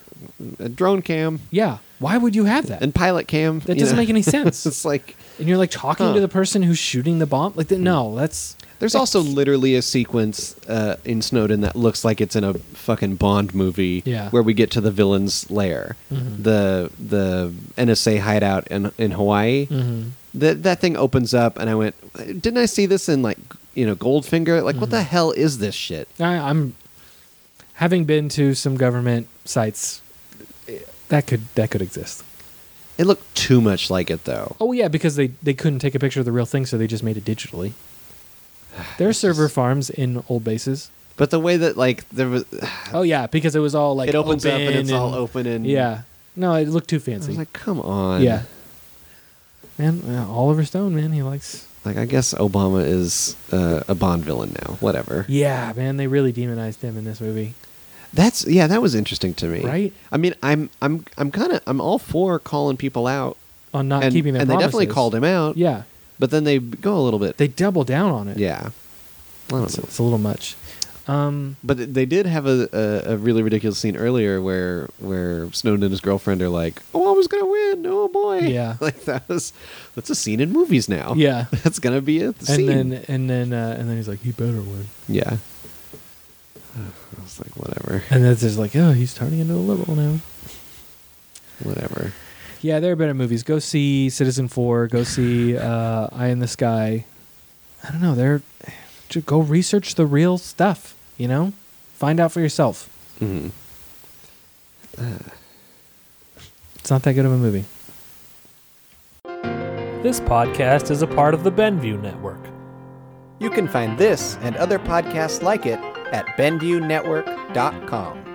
S3: a drone cam
S1: yeah why would you have that
S3: and pilot cam
S1: that
S3: you
S1: doesn't
S3: know?
S1: make any sense
S3: it's like
S1: and you're like talking to
S3: Huh. Hmm.
S1: the person who's shooting the bomb. Like, th- no, that's
S3: There's
S1: that-
S3: also literally a sequence uh, in Snowden that looks like it's in a fucking Bond movie,
S1: Yeah.
S3: where we get to the villain's lair,
S1: Mhm.
S3: the the NSA hideout in in Hawaii.
S1: Mhm.
S3: That that thing opens up, and I went, didn't I see this in like you know Goldfinger? Like, what the
S1: Mm-hmm.
S3: hell is this shit?
S1: I, I'm having been to some government sites eh, that could that could exist.
S3: It looked too much like it though.
S1: Oh yeah, because they they couldn't take a picture of the real thing, so they just made it digitally. There are server farms in old bases.
S3: But the way that like there was,
S1: Oh yeah, because it was all like
S3: it opens up and
S1: open
S3: it's all open and
S1: yeah. No, it looked too
S3: I
S1: fancy.
S3: was like, come on,
S1: yeah, man, uh, Oliver Stone, man, he likes.
S3: Like I guess Obama is uh, a Bond villain now. Whatever.
S1: Yeah, man, they really demonized him in this movie.
S3: That's yeah, that was interesting to me.
S1: Right?
S3: I mean, I'm I'm I'm kind of I'm all for calling people out
S1: on not
S3: and,
S1: keeping their
S3: and they definitely
S1: promises.
S3: called him out.
S1: Yeah,
S3: but then they go a little bit.
S1: they double down on it.
S3: yeah, I don't
S1: it's,
S3: know.
S1: it's a little much. Um,
S3: but they did have a, a, a really ridiculous scene earlier where where Snowden and his girlfriend are like, "Oh, I was gonna win! Oh boy!"
S1: Yeah.
S3: like that was that's a scene in movies now.
S1: Yeah.
S3: that's gonna be a
S1: and
S3: scene.
S1: then and then uh, and then he's like, he better win.
S3: yeah, I was like, whatever,
S1: And that's just like, oh, he's turning into a liberal now.
S3: whatever.
S1: Yeah, there are better movies. Go see Citizen Four. Go see uh, Eye in the Sky. I don't know. They're just go research the real stuff. You know, find out for yourself.
S3: hmm
S1: It's not that good of a movie.
S14: This podcast is a part of the Benview Network.
S15: You can find this and other podcasts like it at BenviewNetwork.com.